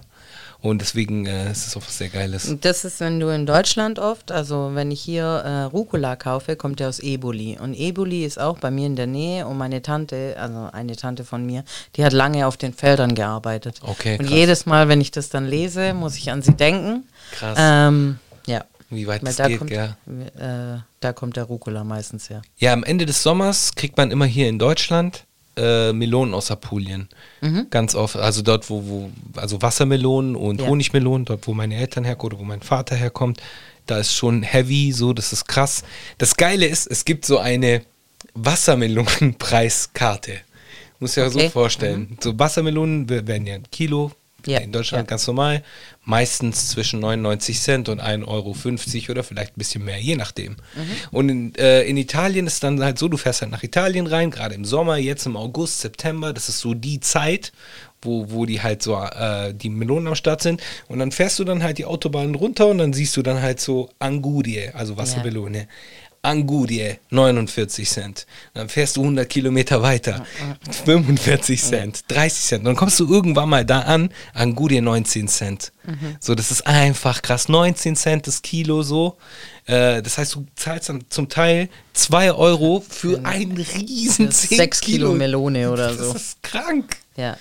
Speaker 5: Und deswegen äh, ist es auch was sehr Geiles.
Speaker 4: Und das ist, wenn du in Deutschland oft, also wenn ich hier äh, Rucola kaufe, kommt der aus Eboli. Und Eboli ist auch bei mir in der Nähe und meine Tante, also eine Tante von mir, die hat lange auf den Feldern gearbeitet.
Speaker 5: Okay,
Speaker 4: Und
Speaker 5: krass.
Speaker 4: jedes Mal, wenn ich das dann lese, muss ich an sie denken.
Speaker 5: Krass.
Speaker 4: Ähm, ja.
Speaker 5: Wie weit
Speaker 4: Weil
Speaker 5: das
Speaker 4: da
Speaker 5: geht,
Speaker 4: kommt,
Speaker 5: ja.
Speaker 4: Äh, da kommt der Rucola meistens her.
Speaker 5: Ja, am Ende des Sommers kriegt man immer hier in Deutschland äh, Melonen aus Apulien.
Speaker 4: Mhm.
Speaker 5: Ganz oft. Also dort, wo, wo also Wassermelonen und
Speaker 4: Ja.
Speaker 5: Honigmelonen, dort, wo meine Eltern herkommen oder wo mein Vater herkommt, da ist schon heavy, so, das ist krass. Das Geile ist, es gibt so eine Wassermelonenpreiskarte. Muss ja so
Speaker 4: Okay. Mhm.
Speaker 5: vorstellen. So Wassermelonen we- werden ja ein Kilo.
Speaker 4: Ja,
Speaker 5: In Deutschland
Speaker 4: ja.
Speaker 5: ganz normal. Meistens zwischen 99 Cent und 1,50 Euro oder vielleicht ein bisschen mehr, je nachdem. Und in, äh, in Italien ist dann halt so, du fährst halt nach Italien rein, gerade im Sommer, jetzt im August, September, das ist so die Zeit, wo, wo die halt so, äh, die Melonen am Start sind. Und dann fährst du dann halt die Autobahn runter und dann siehst du dann halt so Angurie, also Wassermelone. Angurie, 49 Cent. Dann fährst du 100 Kilometer weiter, 45 Cent, 30 Cent. Dann kommst du irgendwann mal da an, Angurie 19 Cent.
Speaker 4: Mhm.
Speaker 5: So, das ist einfach krass. 19 Cent das Kilo so. Äh, das heißt, du zahlst dann zum Teil 2 Euro für einen riesen 10
Speaker 4: Sechs Kilo Melone oder
Speaker 5: das
Speaker 4: so.
Speaker 5: Das ist krank.
Speaker 4: Ja.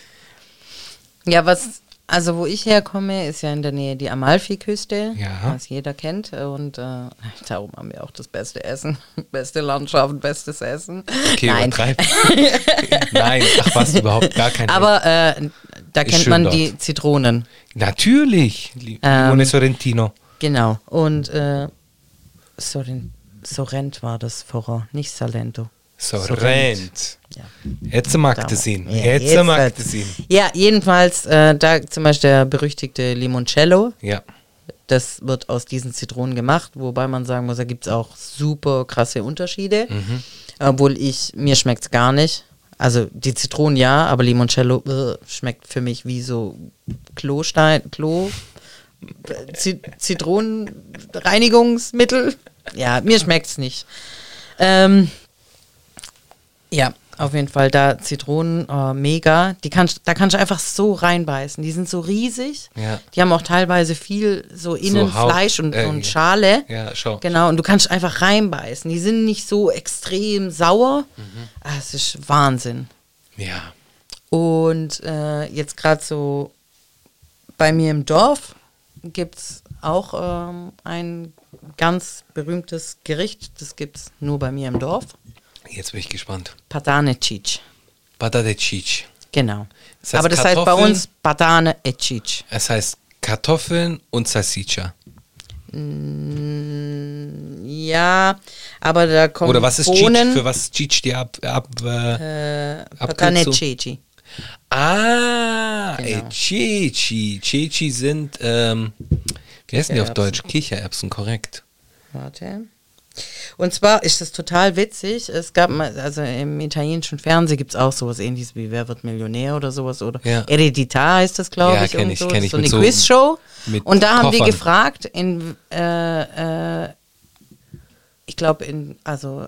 Speaker 4: Ja, was, also wo ich herkomme, ist ja in der Nähe die Amalfi-Küste,
Speaker 5: Ja.
Speaker 4: was jeder kennt. Und äh, darum haben wir auch das beste Essen, [LAUGHS] beste Landschaft, bestes Essen.
Speaker 5: Okay,
Speaker 4: Nein. [LAUGHS]
Speaker 5: übertreib. Nein, ach was, überhaupt gar kein
Speaker 4: Aber äh, da
Speaker 5: Ist
Speaker 4: kennt
Speaker 5: schön
Speaker 4: man
Speaker 5: dort.
Speaker 4: die Zitronen.
Speaker 5: Natürlich, Li-
Speaker 4: Ähm,
Speaker 5: Limone Sorrentino.
Speaker 4: Genau. Und äh, Sorin, Sorrent war das vorher, nicht Salento.
Speaker 5: Sorrent.
Speaker 4: Ja.
Speaker 5: Jetzt mag
Speaker 4: damals.
Speaker 5: es ihn.
Speaker 4: Ja,
Speaker 5: Jetzt
Speaker 4: jetzt
Speaker 5: mag
Speaker 4: halt.
Speaker 5: es ihn.
Speaker 4: Ja, jedenfalls, äh, da zum Beispiel der berüchtigte Limoncello,
Speaker 5: Ja.
Speaker 4: Das wird aus diesen Zitronen gemacht, wobei man sagen muss, da gibt es auch super krasse Unterschiede. Obwohl ich, mir schmeckt es gar nicht. Also die Zitronen ja, aber Limoncello äh, schmeckt für mich wie so Klostein, Klo, Zi- Zitronenreinigungsmittel. Ja, mir schmeckt es nicht. Ähm, ja, auf jeden Fall da Zitronen, äh, mega. Die kannst, da kannst du einfach so reinbeißen. Die sind so riesig.
Speaker 5: Ja.
Speaker 4: Die haben auch teilweise viel so innen
Speaker 5: Haut-
Speaker 4: Fleisch und,
Speaker 5: äh,
Speaker 4: und Schale.
Speaker 5: Ja, schau.
Speaker 4: Genau, und du kannst einfach reinbeißen. Die sind nicht so extrem sauer.
Speaker 5: Mhm.
Speaker 4: Ah, Es ist Wahnsinn.
Speaker 5: Ja.
Speaker 4: Und äh, jetzt gerade so bei mir im Dorf gibt es auch ähm, ein ganz berühmtes Gericht. Das gibt es nur bei mir im Dorf.
Speaker 5: Jetzt bin ich gespannt.
Speaker 4: Patane Cic.
Speaker 5: Patate Cic.
Speaker 4: Genau.
Speaker 5: Das heißt
Speaker 4: Aber das heißt bei
Speaker 5: Kartoffeln?
Speaker 4: uns Patane e Cic.
Speaker 5: Es heißt Kartoffeln und Salsiccia.
Speaker 4: Ja, aber da kommen
Speaker 5: Oder was ist
Speaker 4: Bohnen.
Speaker 5: Cic? Für was ist Cic die ab, ab,
Speaker 4: Patane
Speaker 5: äh, Abkürzung?
Speaker 4: Cici.
Speaker 5: Ah,
Speaker 4: Genau.
Speaker 5: ey, Ceci. Ceci sind, ähm, wie heißen die auf Deutsch? Kichererbsen, korrekt.
Speaker 4: Warte. Und zwar ist das total witzig. Es gab mal, also im italienischen Fernsehen gibt es auch sowas ähnliches wie Wer wird Millionär oder sowas oder
Speaker 5: Ja.
Speaker 4: Hereditar heißt das, glaube
Speaker 5: Ja,
Speaker 4: ich.
Speaker 5: kenn
Speaker 4: irgend
Speaker 5: ich,
Speaker 4: so.
Speaker 5: kenn ich,
Speaker 4: so
Speaker 5: mit
Speaker 4: eine
Speaker 5: so-
Speaker 4: Quizshow.
Speaker 5: mit
Speaker 4: Und da haben die
Speaker 5: Koffern.
Speaker 4: gefragt, in, äh, äh, ich glaube, in, also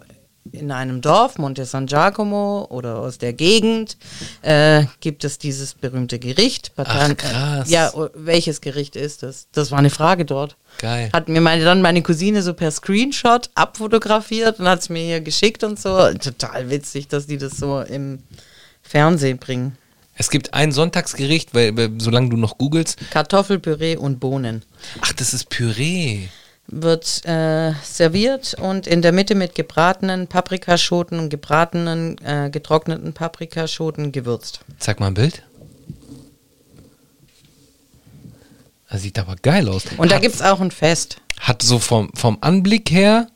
Speaker 4: in einem Dorf, Monte San Giacomo oder aus der Gegend, äh, gibt es dieses berühmte Gericht. Patan-
Speaker 5: Ach, krass.
Speaker 4: Äh, ja, o- welches Gericht ist das? Das war eine Frage dort.
Speaker 5: Geil.
Speaker 4: Hat mir meine, dann meine Cousine so per Screenshot abfotografiert und hat es mir hier geschickt und so. Total witzig, dass die das so im Fernsehen bringen.
Speaker 5: Es gibt ein Sonntagsgericht, weil, weil solange du noch googelst,
Speaker 4: Kartoffelpüree und Bohnen.
Speaker 5: ach, das ist Püree.
Speaker 4: wird äh, serviert und in der Mitte mit gebratenen Paprikaschoten und gebratenen, äh, getrockneten Paprikaschoten gewürzt.
Speaker 5: Zeig mal ein Bild. Das sieht aber geil aus.
Speaker 4: Und da
Speaker 5: Hat-
Speaker 4: gibt es auch ein Fest.
Speaker 5: Hat so vom, vom Anblick her,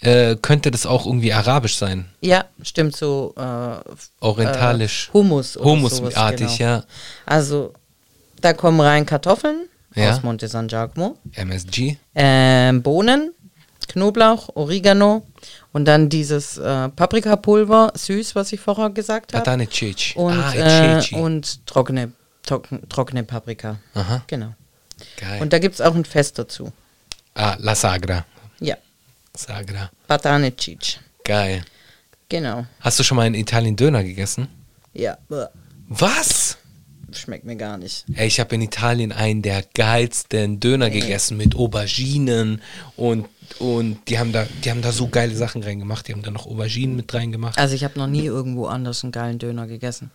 Speaker 5: äh, könnte das auch irgendwie arabisch sein.
Speaker 4: Ja, stimmt so. Äh,
Speaker 5: Orientalisch.
Speaker 4: Äh, Hummus oder
Speaker 5: Humusartig,
Speaker 4: sowas, genau.
Speaker 5: ja.
Speaker 4: also, da kommen rein Kartoffeln
Speaker 5: Ja.
Speaker 4: aus Monte San Giacomo,
Speaker 5: MSG.
Speaker 4: ähm, Bohnen, Knoblauch, Oregano und dann dieses äh, Paprikapulver, süß, was ich vorher gesagt habe.
Speaker 5: Badane Cici.
Speaker 4: Und,
Speaker 5: ah, Cici.
Speaker 4: äh, und trockene, trocken, trockene Paprika.
Speaker 5: Aha.
Speaker 4: Genau.
Speaker 5: Geil.
Speaker 4: Und da gibt es auch ein Fest dazu.
Speaker 5: ah, La Sagra.
Speaker 4: Ja,
Speaker 5: Sagra.
Speaker 4: Batane Cic.
Speaker 5: Geil.
Speaker 4: Genau.
Speaker 5: Hast du schon mal in Italien Döner gegessen?
Speaker 4: Ja, bäh,
Speaker 5: Was?
Speaker 4: schmeckt mir gar nicht.
Speaker 5: Ey, ich habe in Italien einen der geilsten Döner gegessen mit Auberginen und und die haben da die haben da so geile Sachen reingemacht. Die haben da noch Auberginen mit reingemacht.
Speaker 4: Also ich habe noch nie irgendwo anders einen geilen Döner gegessen.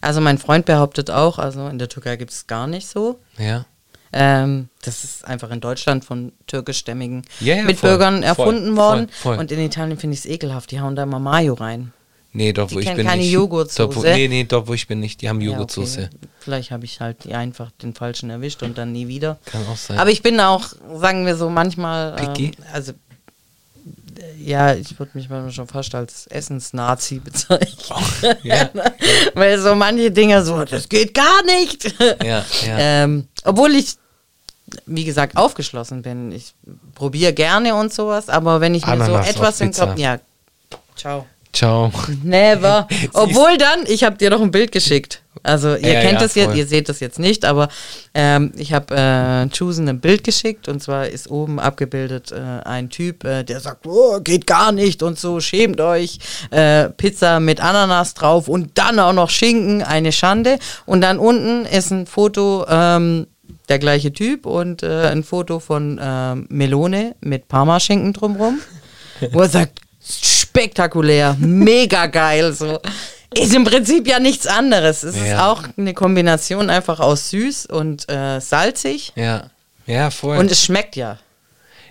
Speaker 4: Also mein Freund behauptet auch, also in der Türkei gibt es gar nicht so.
Speaker 5: Ja.
Speaker 4: Ähm, das ist einfach in Deutschland von türkischstämmigen
Speaker 5: Ja, ja,
Speaker 4: Mitbürgern
Speaker 5: voll,
Speaker 4: erfunden
Speaker 5: voll,
Speaker 4: worden.
Speaker 5: voll, voll.
Speaker 4: Und in Italien finde ich es ekelhaft. Die hauen da immer Mayo rein.
Speaker 5: Nee, dort
Speaker 4: Die
Speaker 5: wo ich
Speaker 4: kennen
Speaker 5: bin
Speaker 4: keine
Speaker 5: nicht. Dort, wo,
Speaker 4: Joghurtsoße.
Speaker 5: nee, nee, dort wo ich bin nicht. Die haben Joghurtsoße.
Speaker 4: Ja, okay. Vielleicht habe ich halt die einfach den falschen erwischt und dann nie wieder.
Speaker 5: Kann auch sein.
Speaker 4: Aber ich bin auch, sagen wir so, manchmal. Ähm,
Speaker 5: Picky?
Speaker 4: also, äh, ja, ich würde mich manchmal schon fast als Essens-Nazi [LAUGHS] bezeichnen.
Speaker 5: ja.
Speaker 4: [LAUGHS] Weil so manche Dinge so, das geht gar nicht.
Speaker 5: Ja, ja.
Speaker 4: [LAUGHS] Ähm, obwohl ich, wie gesagt, aufgeschlossen bin. Ich probiere gerne und sowas, aber wenn ich mir
Speaker 5: Ananas
Speaker 4: so etwas
Speaker 5: auf
Speaker 4: im
Speaker 5: Pizza.
Speaker 4: Kopf. Ja, ciao.
Speaker 5: Ciao. [LAUGHS]
Speaker 4: Never. Obwohl dann, ich habe dir doch ein Bild geschickt. Also ihr
Speaker 5: Ja,
Speaker 4: kennt
Speaker 5: ja,
Speaker 4: das jetzt,
Speaker 5: voll.
Speaker 4: ihr seht das jetzt nicht, aber ähm, ich habe äh, Chusen ein Bild geschickt und zwar ist oben abgebildet äh, ein Typ, äh, der sagt, oh, geht gar nicht und so, schämt euch, äh, Pizza mit Ananas drauf und dann auch noch Schinken, eine Schande. Und dann unten ist ein Foto, ähm, der gleiche Typ und äh, ein Foto von ähm, Melone mit Parmaschinken drumrum wo er sagt, spektakulär, mega geil, so. Ist im Prinzip ja nichts anderes. Es ist
Speaker 5: Ja.
Speaker 4: auch eine Kombination einfach aus süß und äh, salzig.
Speaker 5: Ja. Ja, voll.
Speaker 4: Und es schmeckt ja.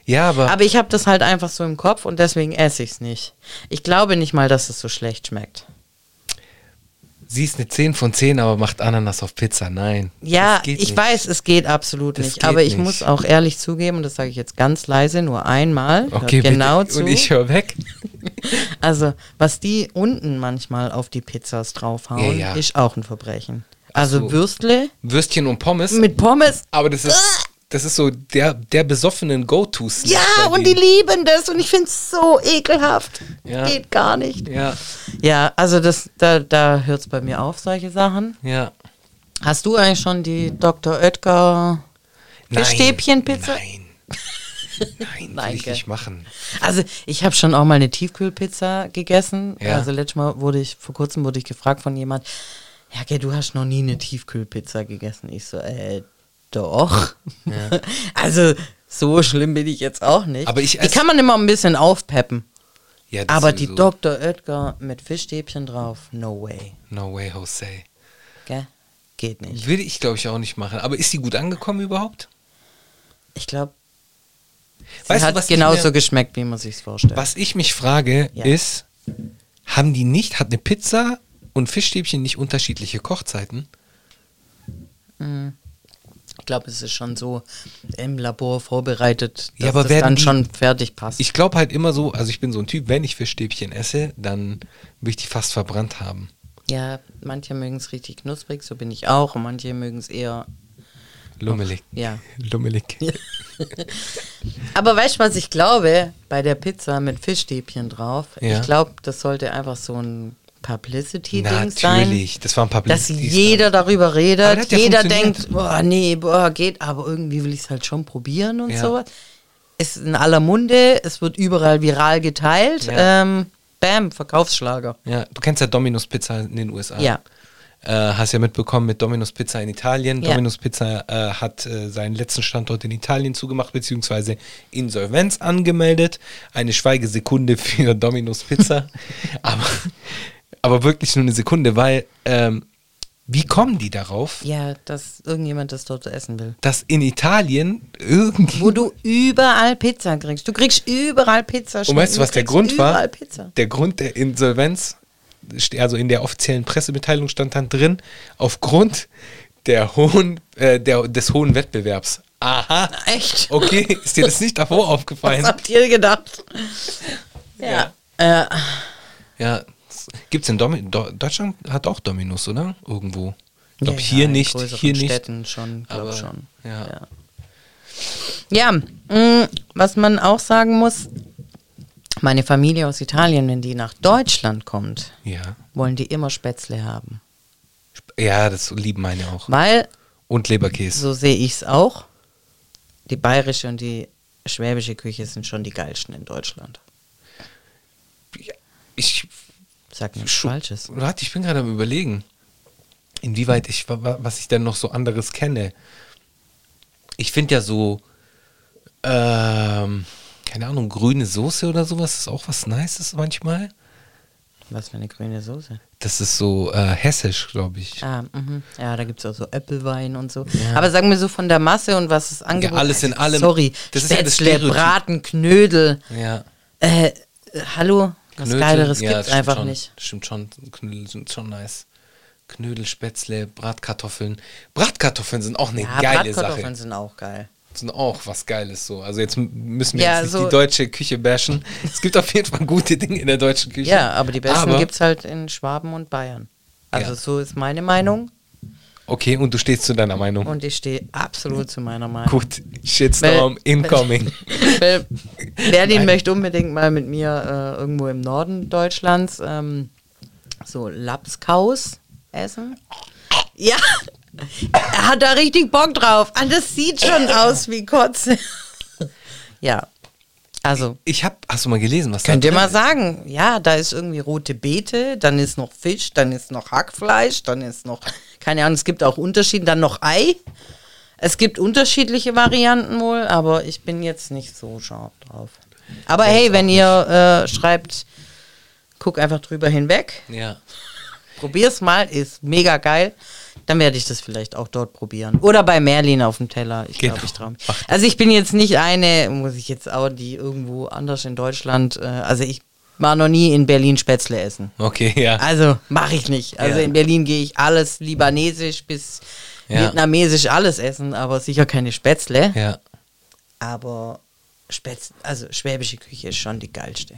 Speaker 5: ja, aber,
Speaker 4: Aber ich habe das halt einfach so im Kopf und deswegen esse ich es nicht. Ich glaube nicht mal, dass es so schlecht schmeckt.
Speaker 5: sie ist eine 10 von 10, aber macht Ananas auf Pizza. Nein.
Speaker 4: Ja,
Speaker 5: Das
Speaker 4: ich
Speaker 5: geht nicht.
Speaker 4: weiß, es geht absolut
Speaker 5: Das
Speaker 4: nicht.
Speaker 5: geht
Speaker 4: aber ich
Speaker 5: nicht.
Speaker 4: muss auch ehrlich zugeben, und das sage ich jetzt ganz leise, nur einmal. hört
Speaker 5: Okay,
Speaker 4: genau
Speaker 5: bitte.
Speaker 4: zu.
Speaker 5: Und ich höre weg.
Speaker 4: [LAUGHS] Also, was die unten manchmal auf die Pizzas draufhauen,
Speaker 5: Ja, ja.
Speaker 4: ist auch ein Verbrechen. Also
Speaker 5: so.
Speaker 4: Würstle
Speaker 5: Würstchen und Pommes.
Speaker 4: mit Pommes.
Speaker 5: Aber das ist, das ist so der, der besoffenen Go-To-Snack.
Speaker 4: Ja,
Speaker 5: bei
Speaker 4: und die
Speaker 5: denen.
Speaker 4: lieben das und ich finde es so ekelhaft.
Speaker 5: Ja.
Speaker 4: Geht gar nicht.
Speaker 5: Ja,
Speaker 4: Ja, also das, da, da hört es bei mir auf, solche Sachen.
Speaker 5: ja.
Speaker 4: Hast du eigentlich schon die Dr. Oetker
Speaker 5: Nein.
Speaker 4: Fischstäbchenpizza?
Speaker 5: Nein.
Speaker 4: [LAUGHS]
Speaker 5: Nein,
Speaker 4: Nein,
Speaker 5: will ich
Speaker 4: gell.
Speaker 5: nicht machen.
Speaker 4: Also ich habe schon auch mal eine Tiefkühlpizza gegessen.
Speaker 5: Ja.
Speaker 4: Also letztes Mal wurde ich, vor kurzem wurde ich gefragt von jemand, ja, gell, du hast noch nie eine Tiefkühlpizza gegessen. Ich so, äh, doch. [LAUGHS] also so schlimm bin ich jetzt auch nicht.
Speaker 5: Aber ich
Speaker 4: die
Speaker 5: ess-
Speaker 4: kann man immer ein bisschen aufpeppen.
Speaker 5: Ja, das
Speaker 4: Aber die
Speaker 5: sowieso.
Speaker 4: Dr. Oetker mit Fischstäbchen drauf, no way.
Speaker 5: No way, Jose.
Speaker 4: Gell? Geht nicht.
Speaker 5: Würde ich, glaube ich, auch nicht machen. Aber ist die gut angekommen überhaupt?
Speaker 4: Ich glaube, sie
Speaker 5: Weißt du,
Speaker 4: hat
Speaker 5: was ich
Speaker 4: genauso
Speaker 5: mir-
Speaker 4: geschmeckt, wie man sich vorstellt.
Speaker 5: Was ich mich frage,
Speaker 4: Ja.
Speaker 5: ist, haben die nicht, hat eine Pizza und Fischstäbchen nicht unterschiedliche Kochzeiten?
Speaker 4: Ich glaube, es ist schon so im Labor vorbereitet, dass
Speaker 5: Ja, aber
Speaker 4: es
Speaker 5: werden
Speaker 4: dann
Speaker 5: die-
Speaker 4: schon fertig passt.
Speaker 5: Ich glaube halt immer so, also ich bin so ein Typ, wenn ich Fischstäbchen esse, dann will ich die fast verbrannt haben.
Speaker 4: ja, manche mögen es richtig knusprig, so bin ich auch. Und manche mögen es eher,
Speaker 5: Lummelig.
Speaker 4: ja.
Speaker 5: Lummelig.
Speaker 4: Aber weißt du, was ich glaube? Bei der Pizza mit Fischstäbchen drauf.
Speaker 5: Ja.
Speaker 4: Ich glaube, das sollte einfach so ein Publicity-Ding sein.
Speaker 5: Natürlich, das war ein paar
Speaker 4: Dass
Speaker 5: Blitzdienst-
Speaker 4: jeder darüber
Speaker 5: Aber das
Speaker 4: redet,
Speaker 5: hat ja
Speaker 4: jeder
Speaker 5: funktioniert.
Speaker 4: denkt, boah, nee, boah, geht, aber irgendwie will ich es halt schon probieren und
Speaker 5: Ja.
Speaker 4: sowas. Ist in aller Munde, es wird überall viral geteilt.
Speaker 5: Ja.
Speaker 4: Ähm, bam, Verkaufsschlager.
Speaker 5: Ja, du kennst ja Domino's Pizza in den USA.
Speaker 4: Ja.
Speaker 5: Äh, hast ja mitbekommen mit Domino's Pizza in Italien.
Speaker 4: Ja.
Speaker 5: Domino's Pizza äh, hat äh, seinen letzten Standort in Italien zugemacht, beziehungsweise Insolvenz angemeldet. Eine Schweigesekunde [LAUGHS]
Speaker 4: [LAUGHS]
Speaker 5: für Domino's Pizza. aber, aber wirklich nur eine Sekunde, weil ähm, Wie kommen die darauf,
Speaker 4: Ja, dass irgendjemand das dort essen will.
Speaker 5: dass in Italien irgendwie.
Speaker 4: Wo du überall Pizza kriegst. Du kriegst überall Pizza.
Speaker 5: Und weißt du, was der
Speaker 4: kriegst
Speaker 5: Grund war?
Speaker 4: Überall Pizza.
Speaker 5: Der Grund der Insolvenz, ste- also in der offiziellen Pressemitteilung stand dann drin, aufgrund der hohen, äh, der, des hohen Wettbewerbs. Aha.
Speaker 4: Echt?
Speaker 5: Okay,
Speaker 4: [LAUGHS]
Speaker 5: ist dir das nicht davor aufgefallen?
Speaker 4: Was habt ihr gedacht? Ja. Äh,
Speaker 5: Ja. Gibt es in Domi Do Deutschland hat auch Dominos, oder? Irgendwo. Ich glaube,
Speaker 4: ja,
Speaker 5: hier
Speaker 4: in
Speaker 5: nicht,
Speaker 4: größeren
Speaker 5: hier nicht.
Speaker 4: Städten schon, glaube
Speaker 5: Aber,
Speaker 4: schon.
Speaker 5: ja.
Speaker 4: Ja, mm, was man auch sagen muss, meine Familie aus Italien, wenn die nach Deutschland kommt,
Speaker 5: Ja.
Speaker 4: wollen die immer Spätzle haben.
Speaker 5: Ja, das lieben meine auch.
Speaker 4: Weil,
Speaker 5: Und Leberkäse.
Speaker 4: so sehe ich es auch, die bayerische und die schwäbische Küche sind schon die geilsten in Deutschland.
Speaker 5: Ich
Speaker 4: Sag nichts
Speaker 5: Schu-
Speaker 4: Falsches.
Speaker 5: Warte, ich bin gerade am überlegen, inwieweit ich, wa- wa- was ich denn noch so anderes kenne. Ich finde ja so, ähm, keine Ahnung, grüne Soße oder sowas ist auch was Nices manchmal.
Speaker 4: Was für eine grüne Soße.
Speaker 5: Das ist so äh, hessisch, glaube ich.
Speaker 4: Ah, mhm. Ja, da gibt es auch so Äppelwein und so. Aber sagen wir so von der Masse und was es angeboten
Speaker 5: alles in allem.
Speaker 4: Sorry,
Speaker 5: Das ist ja das
Speaker 4: Spätzle,
Speaker 5: Stereotyp.
Speaker 4: Braten, Knödel.
Speaker 5: Ja.
Speaker 4: Äh, äh, hallo, was
Speaker 5: Knödel,
Speaker 4: Geileres
Speaker 5: ja,
Speaker 4: gibt
Speaker 5: das
Speaker 4: es
Speaker 5: stimmt
Speaker 4: einfach
Speaker 5: schon,
Speaker 4: nicht.
Speaker 5: das Stimmt schon, Knödel sind schon nice. Knödel, Spätzle, Bratkartoffeln. Bratkartoffeln sind auch eine
Speaker 4: Ja,
Speaker 5: geile
Speaker 4: Bratkartoffeln
Speaker 5: Sache.
Speaker 4: sind auch geil.
Speaker 5: sind auch was Geiles so. Also jetzt m- müssen wir
Speaker 4: Ja,
Speaker 5: jetzt nicht
Speaker 4: so-
Speaker 5: die deutsche Küche bashen. Es gibt auf jeden Fall gute Dinge in der deutschen Küche.
Speaker 4: Ja, aber die besten
Speaker 5: Aber-
Speaker 4: gibt es halt in Schwaben und Bayern. Also
Speaker 5: Ja.
Speaker 4: so ist meine Meinung
Speaker 5: Okay, und du stehst zu deiner Meinung.
Speaker 4: und ich stehe absolut zu meiner Meinung.
Speaker 5: Gut, Shitstorm incoming.
Speaker 4: [LAUGHS] Weil Berlin
Speaker 5: Nein.
Speaker 4: möchte unbedingt mal mit mir äh, irgendwo im Norden Deutschlands ähm, so Lapskaus essen. Ja, er hat da richtig Bock drauf. Ah, das sieht schon aus wie Kotze. ja, also
Speaker 5: Ich hab, hast du mal gelesen, was
Speaker 4: könnt
Speaker 5: da
Speaker 4: ihr
Speaker 5: drin
Speaker 4: mal
Speaker 5: ist?
Speaker 4: sagen, ja, da ist irgendwie rote Beete, dann ist noch Fisch, dann ist noch Hackfleisch, dann ist noch, keine Ahnung, es gibt auch Unterschiede, dann noch Ei. Es gibt unterschiedliche Varianten wohl, aber ich bin jetzt nicht so scharf drauf. Aber hey, wenn ihr äh, schreibt, guck einfach drüber hinweg,
Speaker 5: Ja.
Speaker 4: probier's mal, ist mega geil. Dann werde ich das vielleicht auch dort probieren. Oder bei Merlin auf dem Teller. Ich glaube,
Speaker 5: Genau.
Speaker 4: ich traue mich. Also ich bin jetzt nicht eine, muss ich jetzt auch, die irgendwo anders in Deutschland, äh, also ich war noch nie in Berlin Spätzle essen.
Speaker 5: Okay, ja.
Speaker 4: Also mache ich nicht. Also
Speaker 5: Ja.
Speaker 4: in Berlin gehe ich alles libanesisch bis
Speaker 5: Ja.
Speaker 4: vietnamesisch alles essen, aber sicher keine Spätzle.
Speaker 5: ja.
Speaker 4: Aber Spätzle, also schwäbische Küche ist schon die geilste.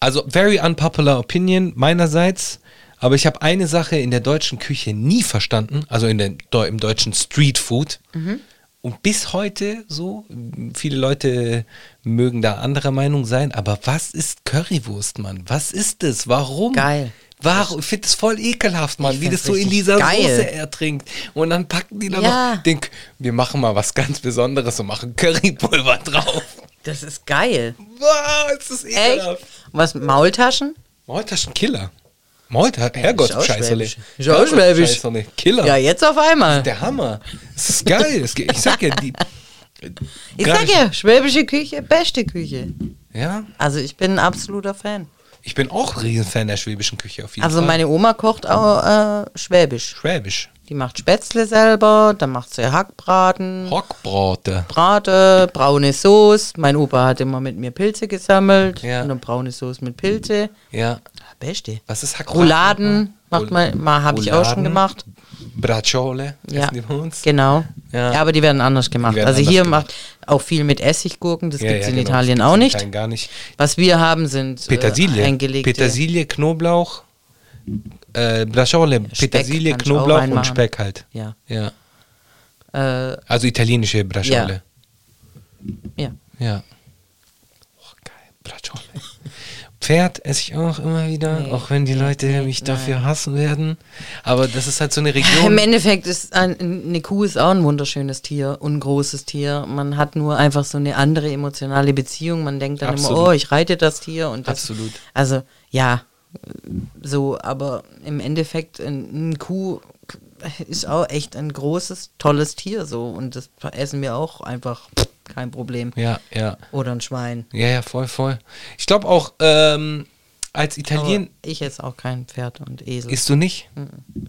Speaker 5: Also, very unpopular opinion meinerseits. Aber ich habe eine Sache in der deutschen Küche nie verstanden, also in der, Deu- im deutschen Street Food.
Speaker 4: Mhm.
Speaker 5: Und bis heute so, m, viele Leute mögen da anderer Meinung sein, aber was ist Currywurst, Mann? Was ist das? Warum?
Speaker 4: Geil.
Speaker 5: Warum? Ich finde es voll ekelhaft, Mann,
Speaker 4: Ich
Speaker 5: wie das
Speaker 4: find's
Speaker 5: so in
Speaker 4: richtig
Speaker 5: dieser
Speaker 4: geil.
Speaker 5: Soße ertrinkt. Und dann packen die da
Speaker 4: Ja.
Speaker 5: noch, denk, wir machen mal was ganz Besonderes und machen Currypulver [LAUGHS] drauf.
Speaker 4: Das ist geil.
Speaker 5: Was? Das ist
Speaker 4: Echt?
Speaker 5: ekelhaft.
Speaker 4: Was, Maultaschen?
Speaker 5: Maultaschenkiller. Maultaschen, Herrgott,
Speaker 4: Äh, ist auch
Speaker 5: Scheißerle.
Speaker 4: schwäbisch. Ist auch schwäbisch.
Speaker 5: Scheißerle. Killer.
Speaker 4: Ja, jetzt auf einmal.
Speaker 5: Der Hammer. Das ist geil. Das geht, ich sag ja, die.
Speaker 4: Ich
Speaker 5: Gerade-
Speaker 4: sag ja, schwäbische Küche, beste Küche.
Speaker 5: Ja,
Speaker 4: Also ich bin ein absoluter Fan.
Speaker 5: ich bin auch ein Riesenfan der schwäbischen Küche auf jeden
Speaker 4: Also
Speaker 5: Fall.
Speaker 4: meine Oma kocht auch äh, schwäbisch.
Speaker 5: Schwäbisch.
Speaker 4: Die macht Spätzle selber, dann macht sie Hackbraten,
Speaker 5: Hockbraute.
Speaker 4: Brate, braune Soße. Mein Opa hat immer mit mir Pilze gesammelt
Speaker 5: Ja.
Speaker 4: und dann braune Soße mit Pilze.
Speaker 5: Ja.
Speaker 4: Beste.
Speaker 5: Was ist Hackbraten?
Speaker 4: Rouladen macht
Speaker 5: Roul-
Speaker 4: man, mal habe ich auch schon
Speaker 5: Rouladen,
Speaker 4: gemacht.
Speaker 5: Braciole.
Speaker 4: Ja,
Speaker 5: Essen die bei uns.
Speaker 4: genau.
Speaker 5: Ja.
Speaker 4: Ja. aber die werden anders gemacht.
Speaker 5: werden
Speaker 4: also
Speaker 5: anders
Speaker 4: hier
Speaker 5: gemacht.
Speaker 4: macht auch viel mit Essiggurken, das
Speaker 5: Ja,
Speaker 4: gibt es
Speaker 5: ja,
Speaker 4: in
Speaker 5: genau.
Speaker 4: Italien
Speaker 5: Das
Speaker 4: auch
Speaker 5: gibt's in
Speaker 4: nicht.
Speaker 5: Italien Gar nicht.
Speaker 4: Was wir haben, sind
Speaker 5: Petersilie.
Speaker 4: äh, eingelegte
Speaker 5: Petersilie, Knoblauch. Äh, Braciole,
Speaker 4: Speck
Speaker 5: Petersilie,
Speaker 4: kann ich auch
Speaker 5: Knoblauch und
Speaker 4: reinmachen.
Speaker 5: Speck halt.
Speaker 4: Ja.
Speaker 5: Ja.
Speaker 4: Äh,
Speaker 5: Also italienische Braciole.
Speaker 4: ja.
Speaker 5: Ja. Oh, geil. Braciole. [LAUGHS] Pferd esse ich auch immer wieder,
Speaker 4: Nee,
Speaker 5: auch wenn die Leute mich dafür hassen werden. Aber das ist
Speaker 4: [LAUGHS]
Speaker 5: halt so
Speaker 4: [LAUGHS]
Speaker 5: eine
Speaker 4: Im
Speaker 5: Region.
Speaker 4: Endeffekt ist ein, eine Kuh ist auch ein wunderschönes Tier und ein großes Tier. Man hat nur einfach so eine andere emotionale Beziehung. Man denkt dann
Speaker 5: Absolut.
Speaker 4: immer, oh, ich reite das Tier und das.
Speaker 5: Absolut.
Speaker 4: Also ja, so, aber im Endeffekt ein, ein Kuh ist auch echt ein großes, tolles Tier so und das essen wir auch einfach kein Problem.
Speaker 5: Ja, ja.
Speaker 4: Oder ein Schwein.
Speaker 5: Ja, ja, voll, voll. Ich glaube auch, ähm, als
Speaker 4: Aber
Speaker 5: Italien
Speaker 4: ich esse auch kein Pferd und Esel.
Speaker 5: isst du nicht. Das-
Speaker 4: Mhm.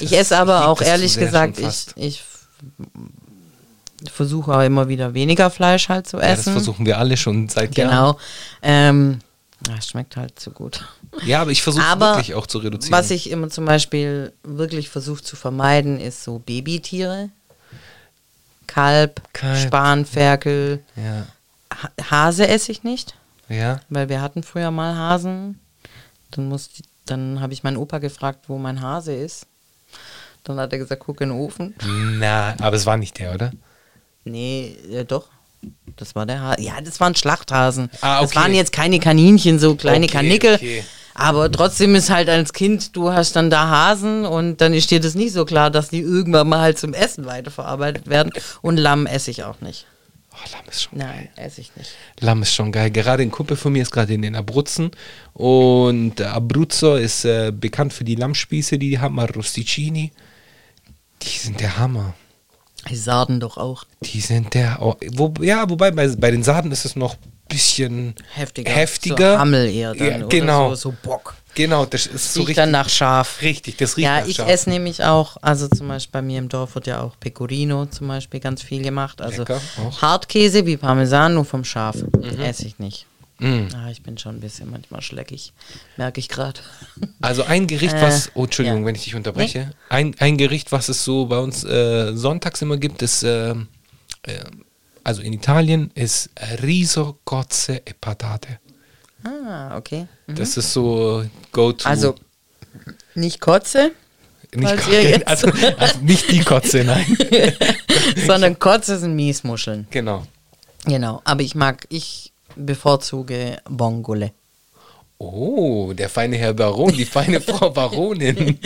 Speaker 4: Ich esse aber
Speaker 5: lieb
Speaker 4: auch
Speaker 5: das zu
Speaker 4: ehrlich
Speaker 5: sehr schon
Speaker 4: gesagt, ich,
Speaker 5: fast.
Speaker 4: ich f- versuche aber immer wieder weniger Fleisch halt zu
Speaker 5: Ja, das
Speaker 4: essen.
Speaker 5: versuchen wir alle schon seit Jahren.
Speaker 4: genau. Ähm, ja, es schmeckt halt zu gut.
Speaker 5: Ja, aber ich versuche
Speaker 4: Aber
Speaker 5: wirklich auch zu reduzieren.
Speaker 4: Was ich immer zum Beispiel wirklich versuche zu vermeiden, ist so Babytiere. Kalb,
Speaker 5: Kalb.
Speaker 4: Spanferkel,
Speaker 5: ja,
Speaker 4: Ha- Hase esse ich nicht.
Speaker 5: ja.
Speaker 4: Weil wir hatten früher mal Hasen. Dann, musste, dann habe ich meinen Opa gefragt, wo mein Hase ist. Dann hat er gesagt, guck in den Ofen.
Speaker 5: Na, aber es war nicht der, oder?
Speaker 4: Nee, äh, doch. Das war der Hase. Ja, das waren Schlachthasen.
Speaker 5: Ah,
Speaker 4: Das
Speaker 5: okay.
Speaker 4: waren jetzt keine Kaninchen, so kleine
Speaker 5: Okay,
Speaker 4: Kanickel.
Speaker 5: okay.
Speaker 4: Aber trotzdem ist halt als Kind, du hast dann da Hasen und dann ist dir das nicht so klar, dass die irgendwann mal halt zum Essen weiterverarbeitet werden. Und Lamm esse ich auch nicht.
Speaker 5: Oh, Lamm ist schon
Speaker 4: Nein,
Speaker 5: geil.
Speaker 4: esse ich nicht.
Speaker 5: Lamm ist schon geil. Gerade ein Kumpel von mir ist gerade in den Abruzzen und äh, Abruzzo ist äh, bekannt für die Lammspieße, die die haben, mal Rosticini. Die sind der Hammer.
Speaker 4: Die Sarden doch auch.
Speaker 5: Die sind der. Oh, wo, ja, wobei bei, bei den Saaten ist es noch ein bisschen
Speaker 4: Heftiger.
Speaker 5: heftiger.
Speaker 4: So Hammel eher dann.
Speaker 5: Ja,
Speaker 4: oder
Speaker 5: genau.
Speaker 4: So, so Bock.
Speaker 5: Genau, das ist so
Speaker 4: riecht
Speaker 5: richtig.
Speaker 4: dann nach Schaf.
Speaker 5: Richtig, das riecht
Speaker 4: Ja,
Speaker 5: nach
Speaker 4: ich
Speaker 5: Schaf.
Speaker 4: esse nämlich auch, also zum Beispiel bei mir im Dorf wird ja auch Pecorino zum Beispiel ganz viel gemacht. Also
Speaker 5: Lecker, auch. Mhm.
Speaker 4: Hartkäse wie Parmesan, nur vom Schaf. Esse ich nicht. Ah, ich bin schon ein bisschen manchmal schleckig, merke ich gerade.
Speaker 5: Also ein Gericht,
Speaker 4: Äh,
Speaker 5: was, oh Entschuldigung,
Speaker 4: ja.
Speaker 5: wenn ich dich unterbreche, ein, ein Gericht, was es so bei uns äh, sonntags immer gibt, ist, äh, äh, also in Italien, ist Riso, Cozze e Patate.
Speaker 4: [LAUGHS] Ah, okay.
Speaker 5: Das ist so Go-To.
Speaker 4: Also nicht
Speaker 5: [LAUGHS]
Speaker 4: Kotze,
Speaker 5: nicht,
Speaker 4: falls ihr jetzt-
Speaker 5: also, also nicht die Kotze, nein. [LAUGHS]
Speaker 4: sondern Kotze sind Miesmuscheln.
Speaker 5: genau.
Speaker 4: Genau, aber ich mag, ich bevorzuge Bongole.
Speaker 5: Oh, der feine Herr Baron,
Speaker 4: [LAUGHS]
Speaker 5: die feine Frau Baronin.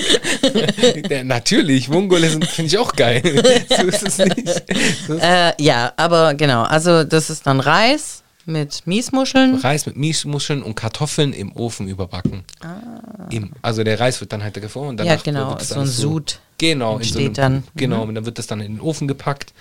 Speaker 5: der, natürlich, Mongole sind, finde ich auch geil. [LAUGHS] so ist es nicht. So ist
Speaker 4: Äh, ja, aber genau, also das ist dann Reis mit Miesmuscheln.
Speaker 5: Mhm. Reis mit Miesmuscheln und Kartoffeln im Ofen überbacken. Im, also der Reis wird dann halt gefroren und
Speaker 4: Ah. Ja,
Speaker 5: danach
Speaker 4: genau,
Speaker 5: wird das
Speaker 4: so
Speaker 5: alles
Speaker 4: ein Sud
Speaker 5: Genau, in so
Speaker 4: entsteht dann.
Speaker 5: einem,
Speaker 4: Mhm.
Speaker 5: Genau, und dann wird das dann in den Ofen gepackt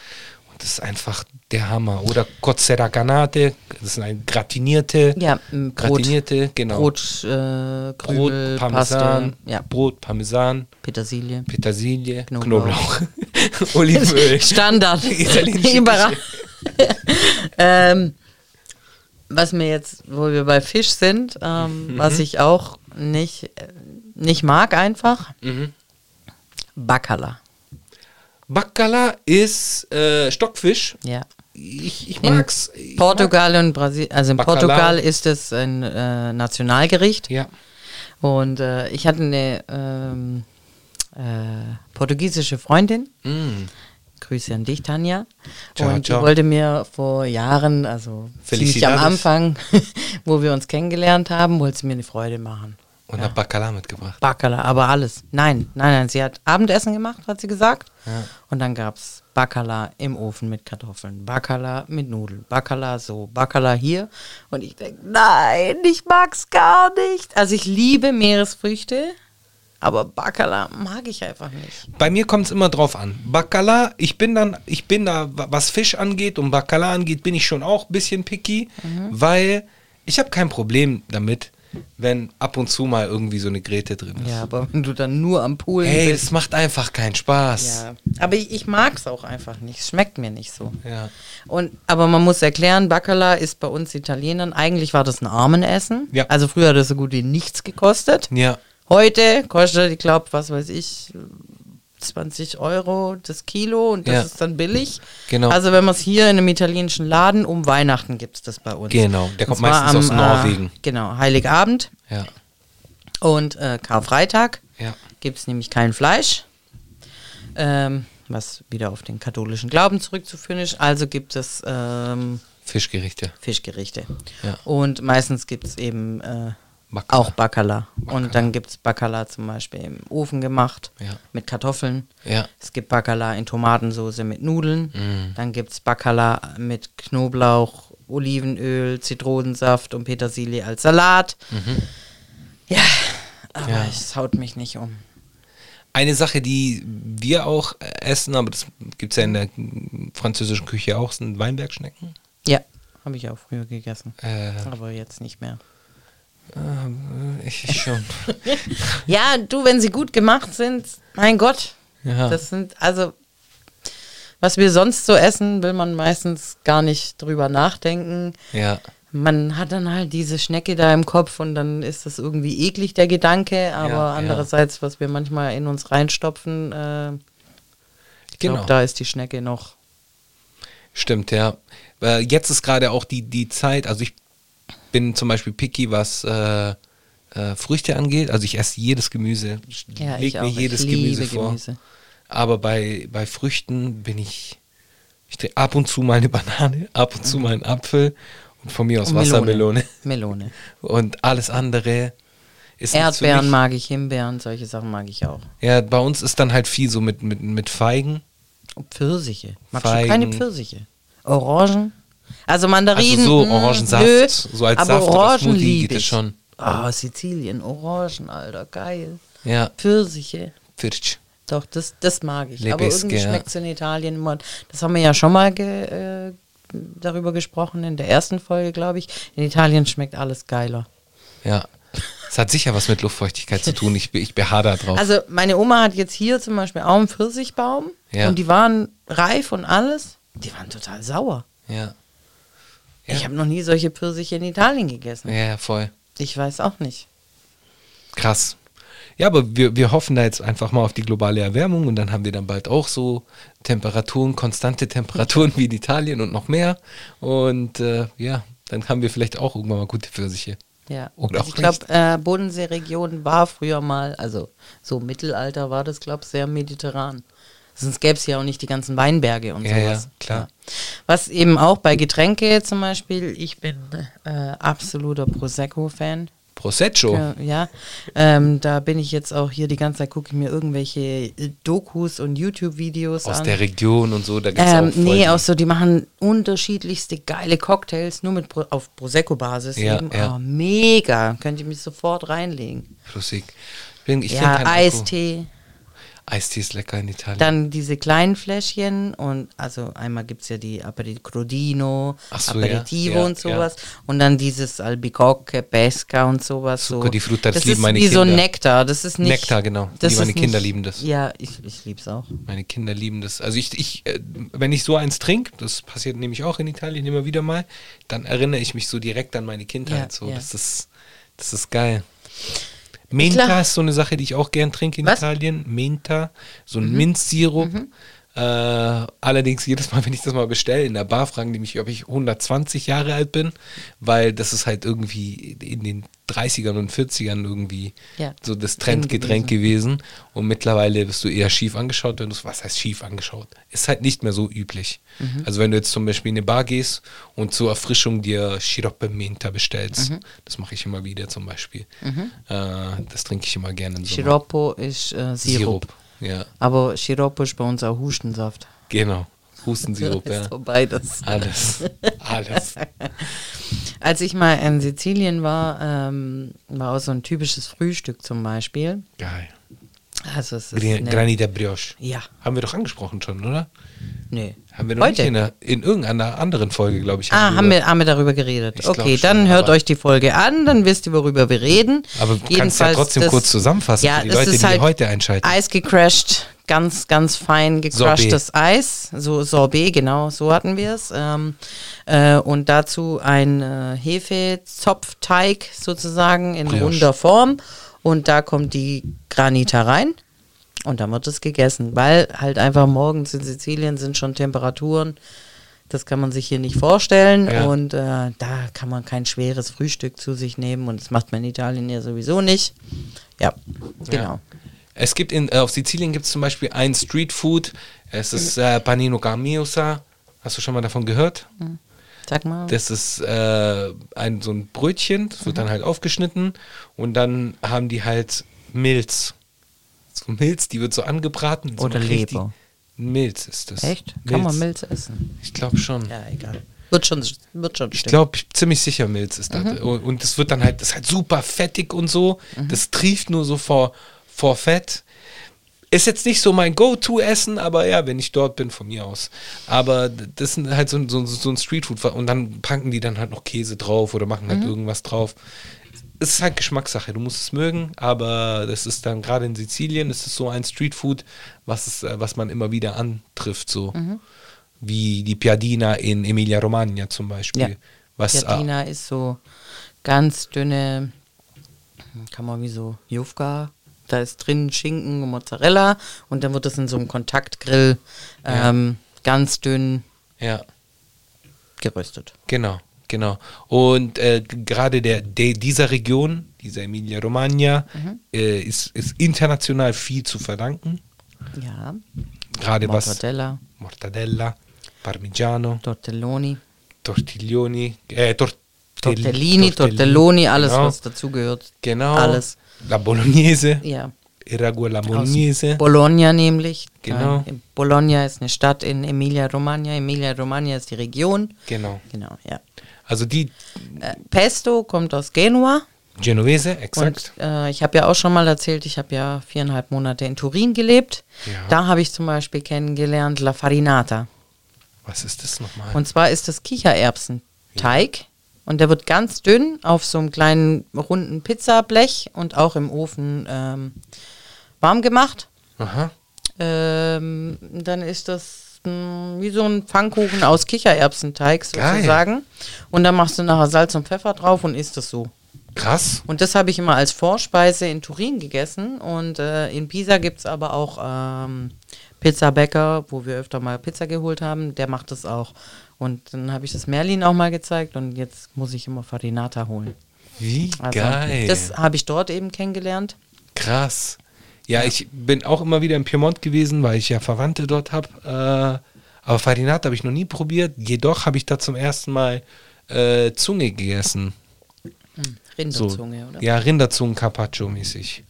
Speaker 5: und das ist einfach der Hammer. Oder Cozzera Granate, das sind ein gratinierte,
Speaker 4: Ja, m, Brot.
Speaker 5: gratinierte, genau.
Speaker 4: Brot, äh,
Speaker 5: Brot,
Speaker 4: Krümel,
Speaker 5: Parmesan,
Speaker 4: Paste, ja,
Speaker 5: Brot, Parmesan,
Speaker 4: Petersilie.
Speaker 5: Petersilie,
Speaker 4: Knoblauch.
Speaker 5: Knoblauch,
Speaker 4: [LAUGHS]
Speaker 5: [LAUGHS] Olivenöl.
Speaker 4: Standard.
Speaker 5: [LAUGHS]
Speaker 4: [LAUGHS]
Speaker 5: Italienische
Speaker 4: Überra- [LAUGHS] ähm, was mir jetzt, wo wir bei Fisch sind, ähm,
Speaker 5: Mhm.
Speaker 4: was ich auch nicht, äh, nicht mag einfach,
Speaker 5: Mhm.
Speaker 4: Bacala.
Speaker 5: Baccala ist äh, Stockfisch.
Speaker 4: Ja.
Speaker 5: Ich, ich
Speaker 4: In
Speaker 5: mag's. Ich
Speaker 4: Portugal und Brasilien, also in
Speaker 5: Bacalhau.
Speaker 4: Portugal ist es ein äh, Nationalgericht.
Speaker 5: Mag, ja.
Speaker 4: Und äh, ich hatte eine ähm, äh, portugiesische Freundin. Grüße an dich, Tanja.
Speaker 5: Mm. Ciao,
Speaker 4: und die
Speaker 5: ciao.
Speaker 4: wollte mir vor Jahren, also ziemlich am
Speaker 5: Felicidades.
Speaker 4: Anfang, [LAUGHS] wo wir uns kennengelernt haben, wollte sie mir eine Freude machen.
Speaker 5: Und hab Baccala mitgebracht.
Speaker 4: Bacala, aber alles. Nein, nein, nein. Sie hat Abendessen gemacht, hat sie gesagt. Und dann gab es Bacala im Ofen mit Kartoffeln, Bacala mit Nudeln, Bacala so, Bacala hier. Und ich denke, nein, ich mag's gar nicht. Also ich liebe Meeresfrüchte, aber Bacala mag ich einfach nicht.
Speaker 5: Bei mir kommt es immer drauf an. Bacala, ich bin dann, ich bin da, wa- was Fisch angeht und Bacala angeht, bin ich schon auch ein bisschen picky, weil ich habe kein Problem damit, wenn ab und zu mal irgendwie so eine Grete drin ist.
Speaker 4: Ja, aber wenn du dann nur am Pool
Speaker 5: Hey,
Speaker 4: bist.
Speaker 5: es macht einfach keinen Spaß.
Speaker 4: Ja. Aber ich, ich mag's auch einfach nicht. Es schmeckt mir nicht so.
Speaker 5: Ja.
Speaker 4: Und, aber man muss erklären, Bacala ist bei uns Italienern, eigentlich war das ein Armenessen.
Speaker 5: Ja.
Speaker 4: Also früher hat das so gut wie nichts gekostet.
Speaker 5: Ja.
Speaker 4: Heute kostet, ich glaube, was weiß ich, 20 Euro das Kilo und das
Speaker 5: Ja.
Speaker 4: ist dann billig.
Speaker 5: Genau.
Speaker 4: Also wenn man es hier in einem italienschen Laden, um Weihnachten gibt es das bei uns.
Speaker 5: Genau, der kommt
Speaker 4: Und zwar
Speaker 5: meistens
Speaker 4: am,
Speaker 5: aus
Speaker 4: äh,
Speaker 5: Norwegen.
Speaker 4: genau, Heiligabend
Speaker 5: Ja.
Speaker 4: und äh, Karfreitag
Speaker 5: Ja.
Speaker 4: gibt es nämlich kein Fleisch, ähm, was wieder auf den katholischen Glauben zurückzuführen ist. Also gibt es ähm,
Speaker 5: Fischgerichte.
Speaker 4: Fischgerichte.
Speaker 5: Ja.
Speaker 4: Und meistens gibt es eben äh,
Speaker 5: Bacala.
Speaker 4: auch Bacala. Und dann gibt es Bacala zum Beispiel im Ofen gemacht
Speaker 5: Ja.
Speaker 4: mit Kartoffeln.
Speaker 5: Ja. Mm.
Speaker 4: Es gibt Bacala in Tomatensoße mit Nudeln. Dann gibt es Bacala mit Knoblauch, Olivenöl, Zitronensaft und Petersilie als Salat. Ja, aber
Speaker 5: Mhm. Ja.
Speaker 4: es haut mich nicht um.
Speaker 5: Eine Sache, die wir auch äh, essen, aber das gibt es ja in der mm, französischen Küche auch, sind Weinbergschnecken.
Speaker 4: Ja, habe ich auch früher gegessen.
Speaker 5: Äh,
Speaker 4: Aber jetzt nicht mehr.
Speaker 5: Ich schon.
Speaker 4: Ja, du, wenn sie gut gemacht sind, mein Gott.
Speaker 5: Ja.
Speaker 4: Das sind, also, was wir sonst so essen, will man meistens gar nicht drüber nachdenken.
Speaker 5: ja.
Speaker 4: Man hat dann halt diese Schnecke da im Kopf und dann ist das irgendwie eklig, der Gedanke. Aber
Speaker 5: Ja, ja.
Speaker 4: andererseits, was wir manchmal in uns reinstopfen, äh, ich
Speaker 5: Genau.
Speaker 4: glaube, da ist die Schnecke noch.
Speaker 5: Stimmt, ja. Äh, jetzt ist gerade auch die, die Zeit, also ich bin zum Beispiel picky, was äh, äh, Früchte angeht. Also ich esse jedes Gemüse,
Speaker 4: Ja,
Speaker 5: leg
Speaker 4: ich
Speaker 5: mir
Speaker 4: auch.
Speaker 5: jedes
Speaker 4: Ich liebe
Speaker 5: Gemüse vor.
Speaker 4: Gemüse.
Speaker 5: Aber bei, bei Früchten bin ich, ich drehe ab und zu meine [LAUGHS] Banane, ab und zu meinen Apfel und von mir aus
Speaker 4: Und
Speaker 5: Wassermelone. [LAUGHS]
Speaker 4: Melone.
Speaker 5: Und alles andere ist nichts für
Speaker 4: Erdbeeren
Speaker 5: mich.
Speaker 4: mag ich, Himbeeren, solche Sachen mag ich auch.
Speaker 5: Ja, bei uns ist dann halt viel so mit, mit, mit Feigen.
Speaker 4: Und Pfirsiche. Magst
Speaker 5: Feigen.
Speaker 4: du keine Pfirsiche? Orangen? Also Mandarinen.
Speaker 5: Also so
Speaker 4: mh,
Speaker 5: Orangensaft,
Speaker 4: nö,
Speaker 5: so als
Speaker 4: aber
Speaker 5: Saft oder
Speaker 4: Orangen
Speaker 5: Smoothie
Speaker 4: lieb
Speaker 5: geht es
Speaker 4: ich.
Speaker 5: schon.
Speaker 4: Oh, Sizilien, Orangen, Alter, geil.
Speaker 5: Ja,
Speaker 4: Pfirsiche.
Speaker 5: Pfirsch.
Speaker 4: Doch, das, das mag ich. Aber
Speaker 5: Lebesgue,
Speaker 4: irgendwie
Speaker 5: ja.
Speaker 4: schmeckt es in Italien immer. Das haben wir ja schon mal ge, äh, darüber gesprochen in der ersten Folge, glaube ich. In Italien schmeckt alles geiler.
Speaker 5: Ja. Es hat sicher was mit Luftfeuchtigkeit zu tun. Ich, be- ich beharre da drauf.
Speaker 4: Also meine Oma hat jetzt hier zum Beispiel auch einen Pfirsichbaum
Speaker 5: Ja.
Speaker 4: und die waren reif und alles. Die waren total sauer.
Speaker 5: ja. Ja.
Speaker 4: Ich habe noch nie solche Pfirsiche in Italien gegessen.
Speaker 5: ja, ja, voll.
Speaker 4: Ich weiß auch nicht.
Speaker 5: Krass. Ja, aber wir, wir hoffen da jetzt einfach mal auf die globale Erwärmung und dann haben wir dann bald auch so Temperaturen, konstante Temperaturen wie in Italien und noch mehr. Und äh, ja, dann haben wir vielleicht auch irgendwann mal gute Pfirsiche.
Speaker 4: Ja.
Speaker 5: Oder
Speaker 4: also
Speaker 5: auch
Speaker 4: ich glaube, äh, Bodenseeregion war früher mal, also so Mittelalter war das, glaube ich, sehr mediterran. Sonst gäbe es ja auch nicht die ganzen Weinberge und
Speaker 5: Ja,
Speaker 4: sowas.
Speaker 5: ja, klar.
Speaker 4: Was eben auch bei Getränke zum Beispiel, ich bin äh, absoluter Prosecco-Fan.
Speaker 5: Prosecco.
Speaker 4: Ja, ja. Ähm, da bin ich jetzt auch hier die ganze Zeit, gucke ich mir irgendwelche äh, Dokus und YouTube-Videos an.
Speaker 5: Aus der Region und so, da gibt es
Speaker 4: Ähm,
Speaker 5: auch voll
Speaker 4: nee,
Speaker 5: die-
Speaker 4: auch so, die machen unterschiedlichste geile Cocktails, nur mit Pro auf Prosecco-Basis.
Speaker 5: Ja,
Speaker 4: eben.
Speaker 5: ja.
Speaker 4: Oh, mega. Könnt ihr mich sofort reinlegen.
Speaker 5: flüssig. Ich bin- ich kenn
Speaker 4: ja,
Speaker 5: keinen Alkohol.
Speaker 4: Eistee,
Speaker 5: Eistee ist lecker in Italien.
Speaker 4: dann diese kleinen Fläschchen und also einmal gibt es ja die Aperit Crodino,
Speaker 5: Ach so, ja,
Speaker 4: Aperitivo
Speaker 5: ja,
Speaker 4: und sowas. Und dann dieses Albicocche, Pesca und sowas. So.
Speaker 5: Zucker, die Frutas
Speaker 4: das
Speaker 5: lieben
Speaker 4: ist
Speaker 5: meine
Speaker 4: wie so ein
Speaker 5: Kinder.
Speaker 4: Nektar. Das ist nicht.
Speaker 5: Nektar, genau.
Speaker 4: das
Speaker 5: Die- meine
Speaker 4: ist
Speaker 5: Kinder
Speaker 4: nicht,
Speaker 5: lieben das.
Speaker 4: Ja, ich, ich lieb's auch.
Speaker 5: Meine Kinder lieben das. Also ich, ich äh, wenn ich so eins trinke, das passiert nämlich auch in Italien immer wieder mal, dann erinnere ich mich so direkt an meine Kindheit.
Speaker 4: Ja,
Speaker 5: so,
Speaker 4: ja.
Speaker 5: Das, ist, das ist geil. Menta
Speaker 4: Klar.
Speaker 5: ist so eine Sache, die ich auch gern trinke in
Speaker 4: Was? Mhm.
Speaker 5: Italien. Menta, so ein Minzsirup. Äh, allerdings jedes Mal, [LAUGHS] wenn ich das mal bestelle in der Bar, fragen die mich, ob ich 120 Jahre alt bin, weil das ist halt irgendwie in den 30ern und 40ern irgendwie
Speaker 4: Ja.
Speaker 5: so das Trendgetränk gewesen. Und mittlerweile wirst du eher schief angeschaut, wenn du was heißt schief angeschaut? Ist halt nicht mehr so üblich.
Speaker 4: Mhm.
Speaker 5: Also wenn du jetzt zum Beispiel in eine Bar gehst und zur Erfrischung dir Sciroppe Menta bestellst,
Speaker 4: Mhm.
Speaker 5: das mache ich immer wieder zum Beispiel. Äh, das trinke ich immer gerne. im Sommer.
Speaker 4: Sciroppo ist äh, Sirup.
Speaker 5: Ja,
Speaker 4: Aber Sciroppo ist bei uns auch Hustensaft.
Speaker 5: genau.
Speaker 4: [LAUGHS]
Speaker 5: Hustensirup,
Speaker 4: ist
Speaker 5: ja.
Speaker 4: so
Speaker 5: [LAUGHS]
Speaker 4: beides.
Speaker 5: Alles,
Speaker 4: [LAUGHS]
Speaker 5: alles.
Speaker 4: Als ich mal in Sizilien war, ähm, war auch so ein typisches Frühstück zum Beispiel.
Speaker 5: Geil.
Speaker 4: Also es ist
Speaker 5: Gr
Speaker 4: eine-
Speaker 5: Granita Brioche.
Speaker 4: Ja,
Speaker 5: Haben wir doch angesprochen schon, oder?
Speaker 4: nee.
Speaker 5: Haben wir noch
Speaker 4: Heute?
Speaker 5: nicht in, der, in irgendeiner anderen Folge, glaube ich.
Speaker 4: Ah, haben
Speaker 5: über-
Speaker 4: wir, haben wir darüber geredet.
Speaker 5: Ich glaub
Speaker 4: okay,
Speaker 5: schon,
Speaker 4: dann hört
Speaker 5: aber-
Speaker 4: euch die Folge an, dann wisst ihr, worüber wir reden.
Speaker 5: Aber du kannst ja trotzdem
Speaker 4: das-
Speaker 5: kurz zusammenfassen
Speaker 4: ja,
Speaker 5: für die
Speaker 4: es
Speaker 5: Leute,
Speaker 4: ist
Speaker 5: die
Speaker 4: halt
Speaker 5: heute einschalten.
Speaker 4: Eis gecrashed, ganz, ganz fein gecrushtes Eis, so Sorbet, genau, so hatten wir es. Ähm, äh, und dazu ein äh, Hefezopfteig sozusagen in
Speaker 5: Brioche.
Speaker 4: runder Form. Und da kommt die Granita rein. Und dann wird es gegessen, weil halt einfach morgens in Sizilien sind schon Temperaturen, das kann man sich hier nicht vorstellen.
Speaker 5: Ja.
Speaker 4: Und äh, da kann man kein schweres Frühstück zu sich nehmen. Und das macht man in Italien ja sowieso nicht. Ja, genau.
Speaker 5: Es gibt in, äh, auf Sizilien gibt es zum Beispiel ein Streetfood. Es ist äh, Panino Gamiosa. Hast du schon mal davon gehört?
Speaker 4: Mhm. Sag mal.
Speaker 5: Das ist äh, ein, so ein Brötchen, das wird
Speaker 4: Mhm.
Speaker 5: dann halt aufgeschnitten und dann haben die halt Milz. So Milz, die wird so angebraten. in So
Speaker 4: Oder
Speaker 5: einem richtig-
Speaker 4: Leber.
Speaker 5: Milz ist das.
Speaker 4: Echt? Kann man Milz essen?
Speaker 5: Ich glaube schon.
Speaker 4: Ja, egal. Wird schon, wird schon
Speaker 5: Ich
Speaker 4: stimmen.
Speaker 5: glaube, ziemlich sicher Milz ist das. Und und das wird dann halt, das ist halt super fettig und so. Das trieft nur so vor, vor Fett. Ist jetzt nicht so mein Go-To-Essen, aber ja, wenn ich dort bin, von mir aus. Aber d- das sind halt so, ein- so, ein- so ein Streetfood. Und dann packen die dann halt noch Käse drauf oder machen halt irgendwas drauf. es ist halt Geschmackssache, du musst es mögen, aber das ist dann gerade in Sizilien, es ist so ein Streetfood, was, es, äh, was man immer wieder antrifft, so
Speaker 4: Mhm.
Speaker 5: wie die Piadina in Emilia Romagna zum Beispiel.
Speaker 4: Ja.
Speaker 5: Was, äh,
Speaker 4: Gardina ist so ganz dünne, kann man wie so Jufka. Da ist drin Schinken und Mozzarella und dann wird das in so einem Kontaktgrill ähm, ganz dünn
Speaker 5: ja.
Speaker 4: geröstet.
Speaker 5: Genau, genau. Und äh, g- gerade der, der dieser Region, dieser Emilia Romagna,
Speaker 4: Mhm.
Speaker 5: äh, ist, ist international viel zu verdanken.
Speaker 4: Ja.
Speaker 5: Gerade was
Speaker 4: Mortadella,
Speaker 5: Mortadella, Parmigiano,
Speaker 4: Tortelloni,
Speaker 5: Tortiglioni, äh, Tor-
Speaker 4: Tortellini, Tortelloni, alles
Speaker 5: genau,
Speaker 4: was dazugehört.
Speaker 5: Genau.
Speaker 4: Alles.
Speaker 5: La Bolognese,
Speaker 4: Ja.
Speaker 5: il Ragu alla
Speaker 4: Aus
Speaker 5: Bolognese.
Speaker 4: Bologna nämlich.
Speaker 5: Genau.
Speaker 4: Äh, Bologna ist eine Stadt in Emilia-Romagna. Emilia-Romagna ist die Region.
Speaker 5: Genau.
Speaker 4: Genau, ja.
Speaker 5: Also die
Speaker 4: Äh, Pesto kommt aus Genua.
Speaker 5: Genovese, exakt.
Speaker 4: Und äh, ich habe ja auch schon mal erzählt, ich habe ja viereinhalb Monate in Turin gelebt.
Speaker 5: Ja.
Speaker 4: Da habe ich zum Beispiel kennengelernt La Farinata.
Speaker 5: was ist das nochmal?
Speaker 4: Und zwar ist das Kichererbsenteig. Und der wird ganz dünn auf so einem kleinen runden Pizzablech und auch im Ofen ähm, warm gemacht.
Speaker 5: Aha.
Speaker 4: Ähm, dann ist das mh, wie so ein Pfannkuchen aus Kichererbsenteig
Speaker 5: Geil.
Speaker 4: sozusagen. Und dann machst du nachher Salz und Pfeffer drauf und isst es so.
Speaker 5: Krass.
Speaker 4: Und das habe ich immer als Vorspeise in Turin gegessen. Und äh, in Pisa gibt es aber auch ähm, Pizzabäcker, wo wir öfter mal Pizza geholt haben. Der macht das auch. Und dann habe ich das Merlin auch mal gezeigt und jetzt muss ich immer Farinata holen.
Speaker 5: Wie
Speaker 4: Also,
Speaker 5: geil.
Speaker 4: Das habe ich dort eben kennengelernt.
Speaker 5: Krass. Ja, ich bin auch immer wieder in Piemont gewesen, weil ich ja Verwandte dort habe. Äh, aber Farinat habe ich noch nie probiert. Jedoch habe ich da zum ersten Mal äh, Zunge gegessen. So.
Speaker 4: Rinderzunge, oder? Mm, mhm.
Speaker 5: Ja, Rinderzungen Carpaccio mäßig.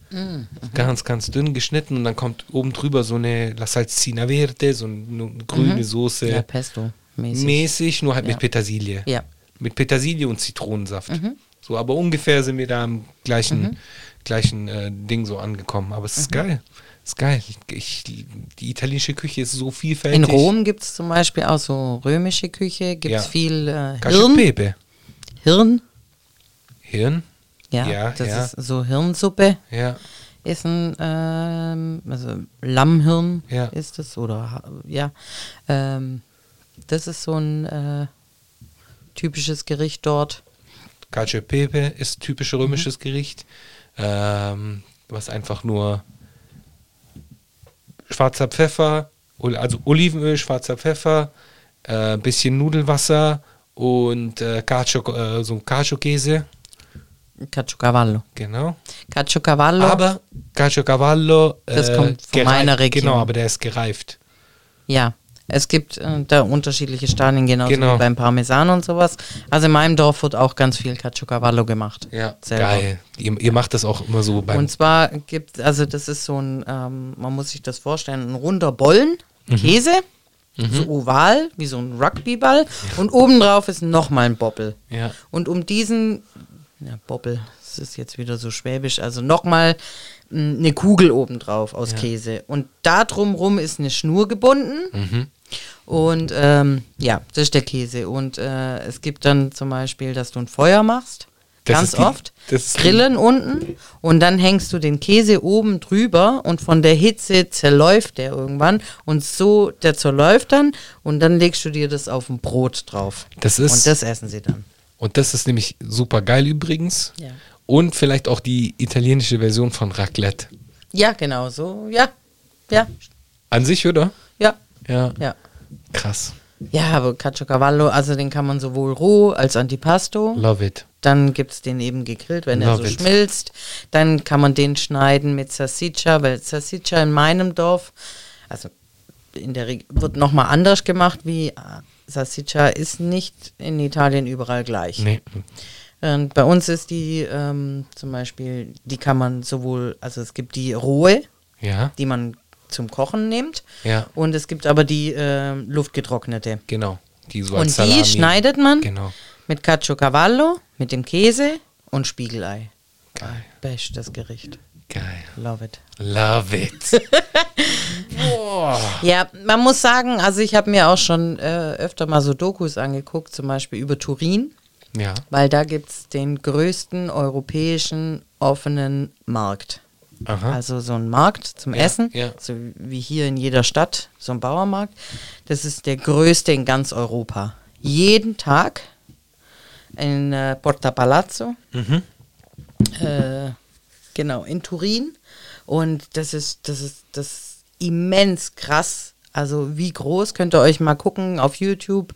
Speaker 5: Ganz, ganz dünn geschnitten und dann kommt oben drüber so eine La Salsina Verde, so eine grüne Soße.
Speaker 4: Mhm. Ja, Pesto-mäßig.
Speaker 5: äh, mäßig. nur halt
Speaker 4: Ja.
Speaker 5: mit Petersilie.
Speaker 4: Ja. Mhm.
Speaker 5: Mit Petersilie und Zitronensaft. So, aber ungefähr sind wir da am gleichen, gleichen äh, Ding so angekommen. Aber es
Speaker 4: Mhm.
Speaker 5: ist geil. Ist geil. Ich, die italienische Küche ist so vielfältig.
Speaker 4: in Rom gibt es zum Beispiel auch so römische Küche, gibt es
Speaker 5: Ja.
Speaker 4: viel äh,
Speaker 5: Cacio e
Speaker 4: Hirn.
Speaker 5: Pepe.
Speaker 4: Hirn,
Speaker 5: Hirn.
Speaker 4: ja,
Speaker 5: Ja,
Speaker 4: das
Speaker 5: ja.
Speaker 4: ist so Hirnsuppe.
Speaker 5: Ja.
Speaker 4: ist ein, ähm, also Lammhirn
Speaker 5: Ja.
Speaker 4: ist es, oder ha- ja. Ähm, das ist so ein äh, typisches Gericht dort.
Speaker 5: Cacio e Pepe ist typisch
Speaker 4: Mhm.
Speaker 5: römisches Gericht, ähm, was einfach nur schwarzer Pfeffer, Ol- also Olivenöl, schwarzer Pfeffer, äh, bisschen Nudelwasser und äh, Cacio, äh, so ein Cacio-Käse,
Speaker 4: Caciocavallo.
Speaker 5: genau.
Speaker 4: Caciocavallo,
Speaker 5: Aber Caciocavallo, äh,
Speaker 4: Das kommt von
Speaker 5: gerei-
Speaker 4: meiner Region.
Speaker 5: Genau, aber der ist gereift.
Speaker 4: ja. Es gibt äh, da unterschiedliche Stadien, genauso
Speaker 5: Genau.
Speaker 4: wie beim Parmesan und sowas. Also in meinem Dorf wird auch ganz viel Caciocavallo gemacht. Selber.
Speaker 5: Geil. Ihr, ihr macht das auch immer so beim...
Speaker 4: Und zwar gibt also das ist so ein, ähm, man muss sich das vorstellen, ein runder Bollen,
Speaker 5: Mhm.
Speaker 4: Käse, so oval, wie so ein Rugbyball. Und obendrauf ist nochmal ein Boppel.
Speaker 5: Ja.
Speaker 4: Und um diesen, ja, Boppel, das ist jetzt wieder so schwäbisch, also nochmal eine Kugel obendrauf aus Käse. Und da drumrum ist eine Schnur gebunden.
Speaker 5: Mhm.
Speaker 4: Und ähm, ja, das ist der Käse. Und äh, es gibt dann zum Beispiel, dass du ein Feuer machst.
Speaker 5: Das
Speaker 4: ganz
Speaker 5: ist die-
Speaker 4: oft.
Speaker 5: das ist die-
Speaker 4: Grillen unten und dann hängst du den Käse oben drüber und von der Hitze zerläuft der irgendwann und so, der zerläuft dann und dann legst du dir das auf ein Brot drauf.
Speaker 5: Das ist-
Speaker 4: und das essen sie dann.
Speaker 5: Und das ist nämlich super geil übrigens.
Speaker 4: Ja.
Speaker 5: Und vielleicht auch die italienische Version von Raclette.
Speaker 4: Ja, genau so. Ja, ja,
Speaker 5: An sich, oder?
Speaker 4: ja,
Speaker 5: Ja.
Speaker 4: ja.
Speaker 5: Krass.
Speaker 4: Ja, aber Caciocavallo, also den kann man sowohl roh als Antipasto.
Speaker 5: Love it.
Speaker 4: Dann gibt es den eben gegrillt, wenn er
Speaker 5: Love
Speaker 4: so
Speaker 5: it.
Speaker 4: schmilzt. Dann kann man den schneiden mit Salsiccia, weil Salsiccia in meinem Dorf, also in der Reg- wird nochmal anders gemacht, wie äh, Salsiccia ist nicht in Italien überall gleich.
Speaker 5: Nee.
Speaker 4: Und bei uns ist die ähm, zum Beispiel, die kann man sowohl, also es gibt die rohe,
Speaker 5: Ja.
Speaker 4: die man zum Kochen nimmt.
Speaker 5: Ja.
Speaker 4: Und es gibt aber die ähm, luftgetrocknete.
Speaker 5: Genau. Die so
Speaker 4: Und
Speaker 5: als Salami.
Speaker 4: die schneidet man
Speaker 5: Genau.
Speaker 4: mit Caciocavallo, mit dem Käse und Spiegelei.
Speaker 5: Geil.
Speaker 4: Best das Gericht.
Speaker 5: Geil.
Speaker 4: Love it.
Speaker 5: Love it.
Speaker 4: Ja, man muss sagen, also ich habe mir auch schon äh, öfter mal so Dokus angeguckt, zum Beispiel über Turin.
Speaker 5: Ja.
Speaker 4: weil da gibt es den größten europäischen offenen Markt.
Speaker 5: Aha.
Speaker 4: Also so ein Markt zum Essen,
Speaker 5: ja.
Speaker 4: so wie hier in jeder Stadt, so ein Bauermarkt. Das ist der größte in ganz Europa. Jeden Tag in äh, Porta Palazzo, äh, genau, in Turin. Und das ist, das ist, das ist immens krass. Also wie groß, könnt ihr euch mal gucken auf YouTube.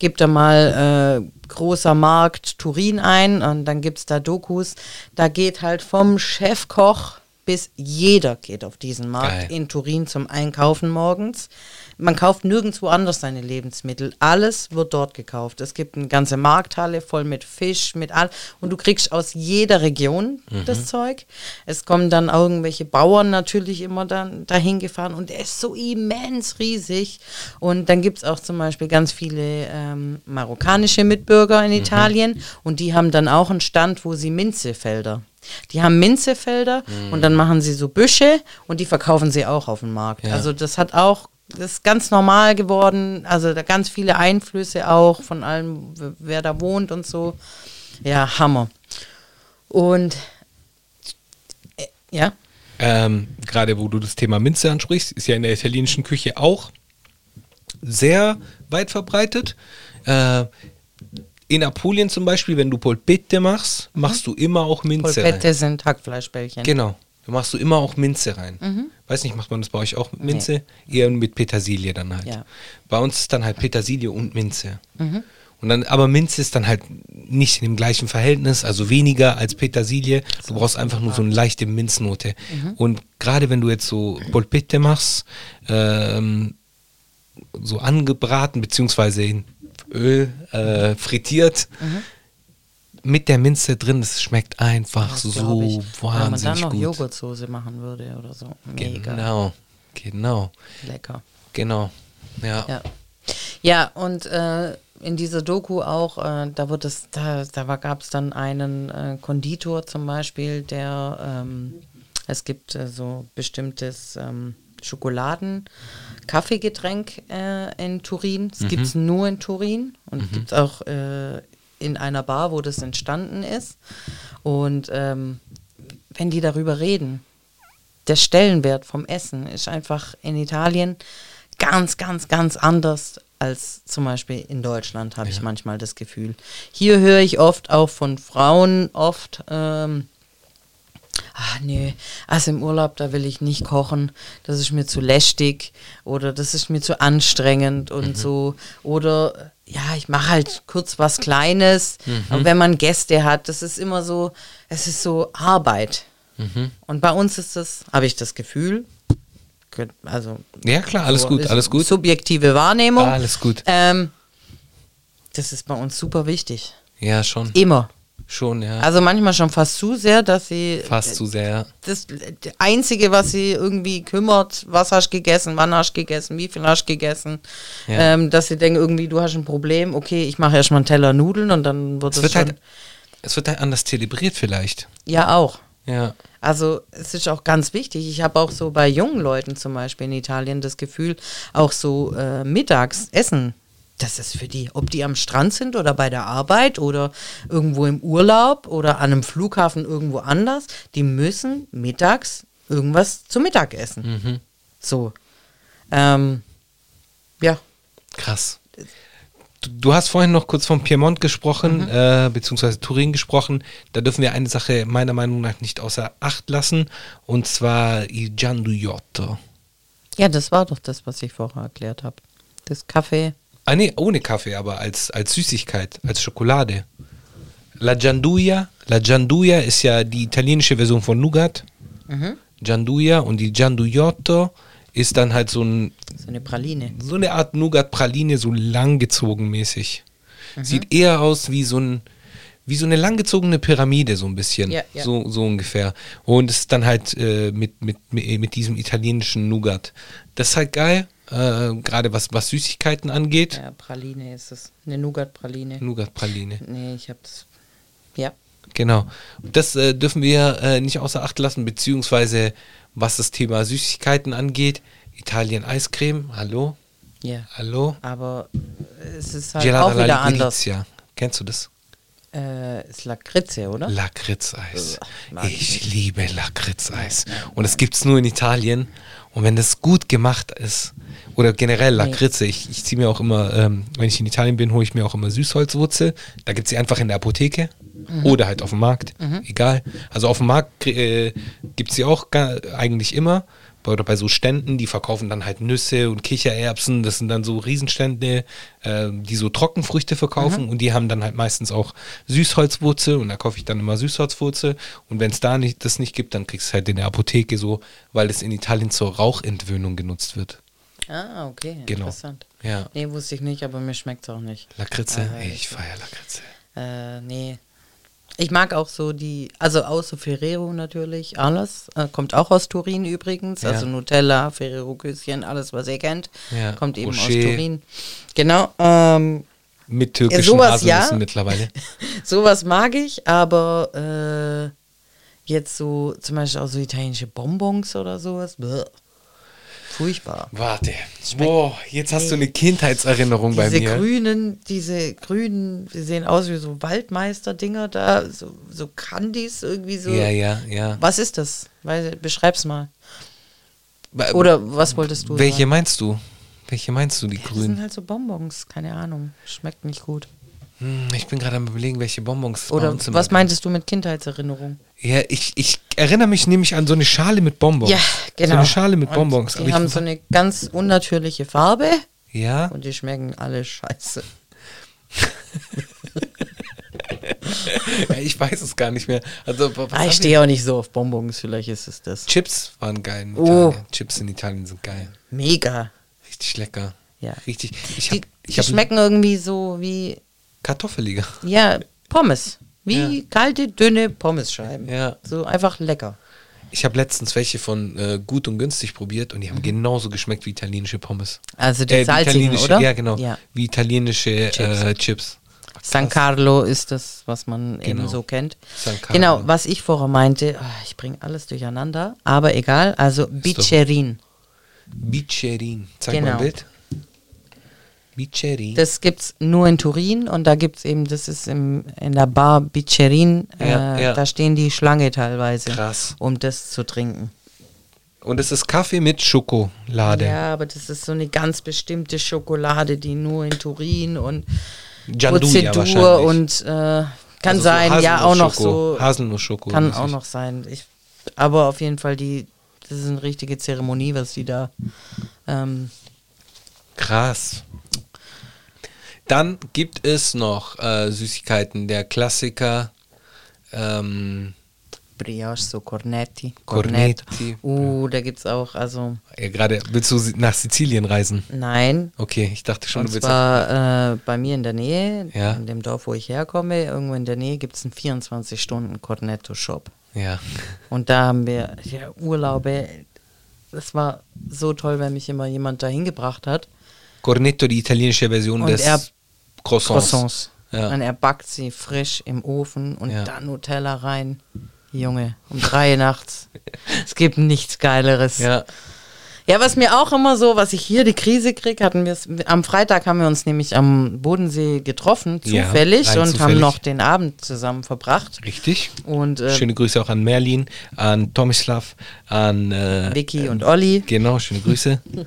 Speaker 4: Gebt da mal äh, großer Markt Turin ein und dann gibt es da Dokus. Da geht halt vom Chefkoch bis jeder geht auf diesen Markt
Speaker 5: Geil.
Speaker 4: in Turin zum Einkaufen morgens. Man kauft nirgendwo anders seine Lebensmittel. Alles wird dort gekauft. Es gibt eine ganze Markthalle voll mit Fisch, mit all und du kriegst aus jeder Region das Zeug. Es kommen dann irgendwelche Bauern natürlich immer dann dahin gefahren und der ist so immens riesig. Und dann gibt es auch zum Beispiel ganz viele ähm, marokkanische Mitbürger in Italien und die haben dann auch einen Stand, wo sie Minzefelder. Die haben Minzefelder und dann machen sie so Büsche und die verkaufen sie auch auf dem Markt.
Speaker 5: Mhm. Ja.
Speaker 4: Also das hat auch, das ist ganz normal geworden. Also da ganz viele Einflüsse auch von allem, w- wer da wohnt und so. Ja, Hammer. Und äh, ja,
Speaker 5: Ähm, Gerade wo du das Thema Minze ansprichst, ist ja in der italienischen Küche auch sehr weit verbreitet. Äh, in Apulien zum Beispiel, wenn du Polpette machst, machst du immer auch Minze rein.
Speaker 4: Mhm. Polpette sind Hackfleischbällchen.
Speaker 5: Genau. Da machst du immer auch Minze rein.
Speaker 4: Mhm.
Speaker 5: Weiß nicht, macht man das bei euch auch mit Minze? Eher mit Petersilie dann halt.
Speaker 4: Ja. Mhm.
Speaker 5: Bei uns ist dann halt Petersilie und Minze. Und dann, aber Minze ist dann halt nicht in dem gleichen Verhältnis, also weniger als Petersilie. Du brauchst einfach nur so eine leichte Minznote.
Speaker 4: Mhm.
Speaker 5: Und gerade wenn du jetzt so Polpette machst, ähm, so angebraten beziehungsweise in Öl äh, frittiert,
Speaker 4: Mhm.
Speaker 5: mit der Minze drin, das schmeckt einfach
Speaker 4: Das glaub
Speaker 5: so
Speaker 4: ich. Wenn man dann
Speaker 5: wahnsinnig
Speaker 4: noch
Speaker 5: gut.
Speaker 4: Joghurtsoße machen würde oder so. Mega
Speaker 5: Genau, genau,
Speaker 4: lecker.
Speaker 5: genau. Ja.
Speaker 4: Ja, ja und äh, in dieser Doku auch, äh, da wird es, da, da gab es dann einen äh, Konditor zum Beispiel, der ähm, es gibt äh, so bestimmtes ähm, Schokoladen-Kaffeegetränk äh, in Turin. Das gibt es nur in Turin und gibt es auch äh, in einer Bar, wo das entstanden ist. Und ähm, wenn die darüber reden, der Stellenwert vom Essen ist einfach in Italien ganz, ganz, ganz anders als zum Beispiel in Deutschland, habe ich manchmal das Gefühl. Hier höre ich oft auch von Frauen oft, ähm, ach nee, also im Urlaub, da will ich nicht kochen, das ist mir zu lästig oder das ist mir zu anstrengend und so. Oder ja, ich mache halt kurz was Kleines. Aber wenn man Gäste hat, das ist immer so, es ist so Arbeit.
Speaker 5: Mhm.
Speaker 4: Und bei uns ist das, habe ich das Gefühl, könnt- also
Speaker 5: Ja, klar, alles
Speaker 4: so
Speaker 5: gut,
Speaker 4: ist
Speaker 5: alles gut.
Speaker 4: Subjektive Wahrnehmung.
Speaker 5: Alles gut.
Speaker 4: Ähm, das ist bei uns super wichtig.
Speaker 5: Ja, schon.
Speaker 4: Immer.
Speaker 5: Schon, ja.
Speaker 4: Also äh, manchmal schon fast zu sehr, dass sie
Speaker 5: Fast zu sehr.
Speaker 4: das das Einzige, was sie irgendwie kümmert, was hast du gegessen, wann hast du gegessen, wie viel hast du gegessen,
Speaker 5: Ja.
Speaker 4: ähm, dass sie denken, irgendwie, du hast ein Problem, okay, ich mache erstmal einen Teller Nudeln und dann wird
Speaker 5: Es
Speaker 4: es
Speaker 5: wird,
Speaker 4: schon.
Speaker 5: halt, es wird halt anders zelebriert vielleicht.
Speaker 4: ja, auch.
Speaker 5: Ja.
Speaker 4: Also es ist auch ganz wichtig. Ich habe auch so bei jungen Leuten zum Beispiel in Italien das Gefühl, auch so äh, mittags essen. Das ist für die, ob die am Strand sind oder bei der Arbeit oder irgendwo im Urlaub oder an einem Flughafen irgendwo anders, die müssen mittags irgendwas zu Mittag essen. So. Ähm, ja,
Speaker 5: Krass. Du, du hast vorhin noch kurz vom Piemont gesprochen,
Speaker 4: Mhm.
Speaker 5: äh, beziehungsweise Turin gesprochen. Da dürfen wir eine Sache meiner Meinung nach nicht außer Acht lassen, und zwar il Gianduiotto.
Speaker 4: ja, das war doch das, was ich vorher erklärt habe. Das Kaffee.
Speaker 5: Ah nee, ohne Kaffee, aber als, als Süßigkeit, als Schokolade. La Gianduia. La Gianduia ist ja die italienische Version von Nougat.
Speaker 4: Mhm.
Speaker 5: Gianduia und die Gianduiotto ist dann halt so ein
Speaker 4: So eine Praline.
Speaker 5: so eine Art Nougat-Praline, so langgezogen mäßig.
Speaker 4: Mhm.
Speaker 5: Sieht eher aus wie so ein wie so eine langgezogene Pyramide, so ein bisschen.
Speaker 4: Ja, ja.
Speaker 5: So, so ungefähr. Und es ist dann halt äh, mit, mit, mit diesem italienischen Nougat. Das ist halt geil, äh, gerade was, was Süßigkeiten angeht.
Speaker 4: Ja, Praline ist es. Eine Nougat-Praline.
Speaker 5: Nougat-Praline.
Speaker 4: Nee, ich hab's. Ja.
Speaker 5: Genau. Das äh, dürfen wir äh, nicht außer Acht lassen, beziehungsweise was das Thema Süßigkeiten angeht. Italien Eiscreme, hallo,
Speaker 4: Ja.
Speaker 5: hallo.
Speaker 4: Aber es ist halt
Speaker 5: Gelata
Speaker 4: auch wieder
Speaker 5: alla
Speaker 4: anders.
Speaker 5: Delizia. Kennst du das?
Speaker 4: äh, ist Lakritze, oder?
Speaker 5: Lakritzeis.
Speaker 4: Also, mag ich
Speaker 5: Ich liebe Lakritzeis. Und das gibt es nur in Italien. Und wenn das gut gemacht ist, oder generell Lakritze, ich, ich ziehe mir auch immer, ähm, wenn ich in Italien bin, hole ich mir auch immer Süßholzwurzel. Da gibt es sie einfach in der Apotheke oder halt auf dem Markt, egal. Also auf dem Markt äh, gibt es sie auch ga- eigentlich immer. Bei- Oder bei so Ständen, die verkaufen dann halt Nüsse und Kichererbsen. Das sind dann so Riesenstände, äh, die so Trockenfrüchte verkaufen
Speaker 4: Mhm.
Speaker 5: und die haben dann halt meistens auch Süßholzwurzel und da kaufe ich dann immer Süßholzwurzel. Und wenn es da nicht, das nicht gibt, dann kriegst du halt in der Apotheke so, weil es in Italien zur Rauchentwöhnung genutzt wird.
Speaker 4: Ah, okay.
Speaker 5: Genau.
Speaker 4: Interessant.
Speaker 5: Ja.
Speaker 4: Nee, wusste ich nicht, aber mir schmeckt es auch nicht.
Speaker 5: Lakritze,
Speaker 4: Ah,
Speaker 5: ey, ich feiere Lakritze.
Speaker 4: Äh, nee. Ich mag auch so die, also außer Ferrero natürlich, alles. Äh, kommt auch aus Turin übrigens.
Speaker 5: Ja.
Speaker 4: Also Nutella, Ferrero-Küsschen, alles, was ihr kennt.
Speaker 5: Ja.
Speaker 4: Kommt eben aus
Speaker 5: Rocher.
Speaker 4: Turin. Genau. Ähm,
Speaker 5: Mit türkischen
Speaker 4: sowas,
Speaker 5: Haselnüssen
Speaker 4: ja.
Speaker 5: mittlerweile.
Speaker 4: sowas mag ich, aber äh, jetzt so zum Beispiel auch so italienische Bonbons oder sowas. Bäh. Furchtbar.
Speaker 5: Warte. Boah, jetzt hast du eine Kindheitserinnerung bei
Speaker 4: Diese
Speaker 5: mir.
Speaker 4: grünen, diese grünen, die sehen aus wie so Waldmeister-Dinger da, so, so Candies irgendwie so.
Speaker 5: Ja, ja, ja.
Speaker 4: Was ist das? Weil- Beschreib's mal.
Speaker 5: Ba-
Speaker 4: Oder was wolltest du
Speaker 5: welche
Speaker 4: sagen?
Speaker 5: meinst du? Welche meinst du, die
Speaker 4: Das sind
Speaker 5: grünen?
Speaker 4: halt so Bonbons, keine Ahnung. Schmeckt nicht gut.
Speaker 5: Hm, ich bin gerade am überlegen, welche Bonbons es bei
Speaker 4: Oder
Speaker 5: uns im
Speaker 4: was meintest du mit Kindheitserinnerung?
Speaker 5: Ja, ich, ich erinnere mich nämlich an so eine Schale mit Bonbons. So eine Schale mit
Speaker 4: genau. Und
Speaker 5: Bonbons.
Speaker 4: Die haben
Speaker 5: ich,
Speaker 4: so eine ganz unnatürliche Farbe
Speaker 5: ja,
Speaker 4: und die schmecken alle scheiße.
Speaker 5: [LAUGHS] Ja, ich weiß es gar nicht mehr. Also, wa- was
Speaker 4: Ah,
Speaker 5: hab
Speaker 4: ich stehe auch nicht so auf Bonbons, vielleicht ist es das.
Speaker 5: Chips waren geil in
Speaker 4: Oh.
Speaker 5: Italien. Chips in Italien sind geil.
Speaker 4: Mega.
Speaker 5: Richtig lecker.
Speaker 4: Ja.
Speaker 5: Richtig. Ich
Speaker 4: Die,
Speaker 5: hab, ich
Speaker 4: die
Speaker 5: hab
Speaker 4: schmecken irgendwie so wie,
Speaker 5: Kartoffeliger.
Speaker 4: ja, Pommes. Wie kalte, dünne Pommesscheiben.
Speaker 5: Ja.
Speaker 4: So einfach lecker.
Speaker 5: Ich habe letztens welche von äh, gut und günstig probiert und die haben genauso geschmeckt wie italienische Pommes.
Speaker 4: Mhm. Also die
Speaker 5: wie
Speaker 4: salzigen,
Speaker 5: italienische,
Speaker 4: oder?
Speaker 5: Äh, Ja, genau.
Speaker 4: Ja.
Speaker 5: Wie italienische Chips. Äh, Chips.
Speaker 4: San Carlo ist das, was man
Speaker 5: Genau.
Speaker 4: eben so kennt.
Speaker 5: San Carlo.
Speaker 4: Genau, was ich vorher meinte, ah, ich bringe alles durcheinander, aber egal, also Bicerin.
Speaker 5: Bicerin. Zeig mal ein
Speaker 4: Genau.
Speaker 5: Bild. Bicerin.
Speaker 4: Das gibt's nur in Turin und da gibt's eben, das ist im, in der Bar Bicerin,
Speaker 5: Ja,
Speaker 4: äh,
Speaker 5: ja.
Speaker 4: da stehen die Schlange teilweise,
Speaker 5: Krass.
Speaker 4: um das zu trinken.
Speaker 5: Und es ist Kaffee mit Schokolade.
Speaker 4: Ja, aber das ist so eine ganz bestimmte Schokolade, die nur in Turin und
Speaker 5: Gianduja
Speaker 4: Prozedur und
Speaker 5: wahrscheinlich.
Speaker 4: äh, kann
Speaker 5: Also so
Speaker 4: sein, ja auch noch
Speaker 5: Haselnuss-Schoko.
Speaker 4: so
Speaker 5: Haselnuss-Schoko.
Speaker 4: Kann
Speaker 5: mäßig.
Speaker 4: auch noch sein. Ich, aber auf jeden Fall, die, das ist eine richtige Zeremonie, was die da. Ähm,
Speaker 5: Krass. Dann gibt es noch äh, Süßigkeiten. Der Klassiker. Ähm,
Speaker 4: Brioche, so Cornetti.
Speaker 5: Cornetti,
Speaker 4: Uh, da gibt es auch, also,
Speaker 5: ja, Gerade willst du si- nach Sizilien reisen?
Speaker 4: nein.
Speaker 5: Okay, ich dachte schon,
Speaker 4: Und
Speaker 5: du willst.
Speaker 4: zwar äh, bei mir in der Nähe,
Speaker 5: Ja.
Speaker 4: in dem Dorf, wo ich herkomme, irgendwo in der Nähe gibt es einen 24-Stunden-Cornetto-Shop.
Speaker 5: ja.
Speaker 4: Und da haben wir ja, Urlaube. Das war so toll, wenn mich immer jemand dahin gebracht hat.
Speaker 5: Cornetto, die italienische Version
Speaker 4: Und
Speaker 5: des
Speaker 4: er-
Speaker 5: Croissants.
Speaker 4: Croissants.
Speaker 5: Ja.
Speaker 4: Und er backt sie frisch im Ofen und
Speaker 5: Ja.
Speaker 4: dann Nutella rein. Junge, um drei [LAUGHS] Uhr nachts. Es gibt nichts Geileres.
Speaker 5: Ja,
Speaker 4: Ja, was mir auch immer so, was ich hier die Krise kriege, hatten wir am Freitag haben wir uns nämlich am Bodensee getroffen,
Speaker 5: Ja,
Speaker 4: zufällig,
Speaker 5: rein
Speaker 4: und
Speaker 5: zufällig.
Speaker 4: haben noch den Abend zusammen verbracht.
Speaker 5: richtig.
Speaker 4: Und äh,
Speaker 5: Schöne Grüße auch an Merlin, an Tomislav, an äh,
Speaker 4: Vicky und Olli.
Speaker 5: Genau, schöne
Speaker 4: [LAUGHS]
Speaker 5: Grüße.
Speaker 4: Ähm.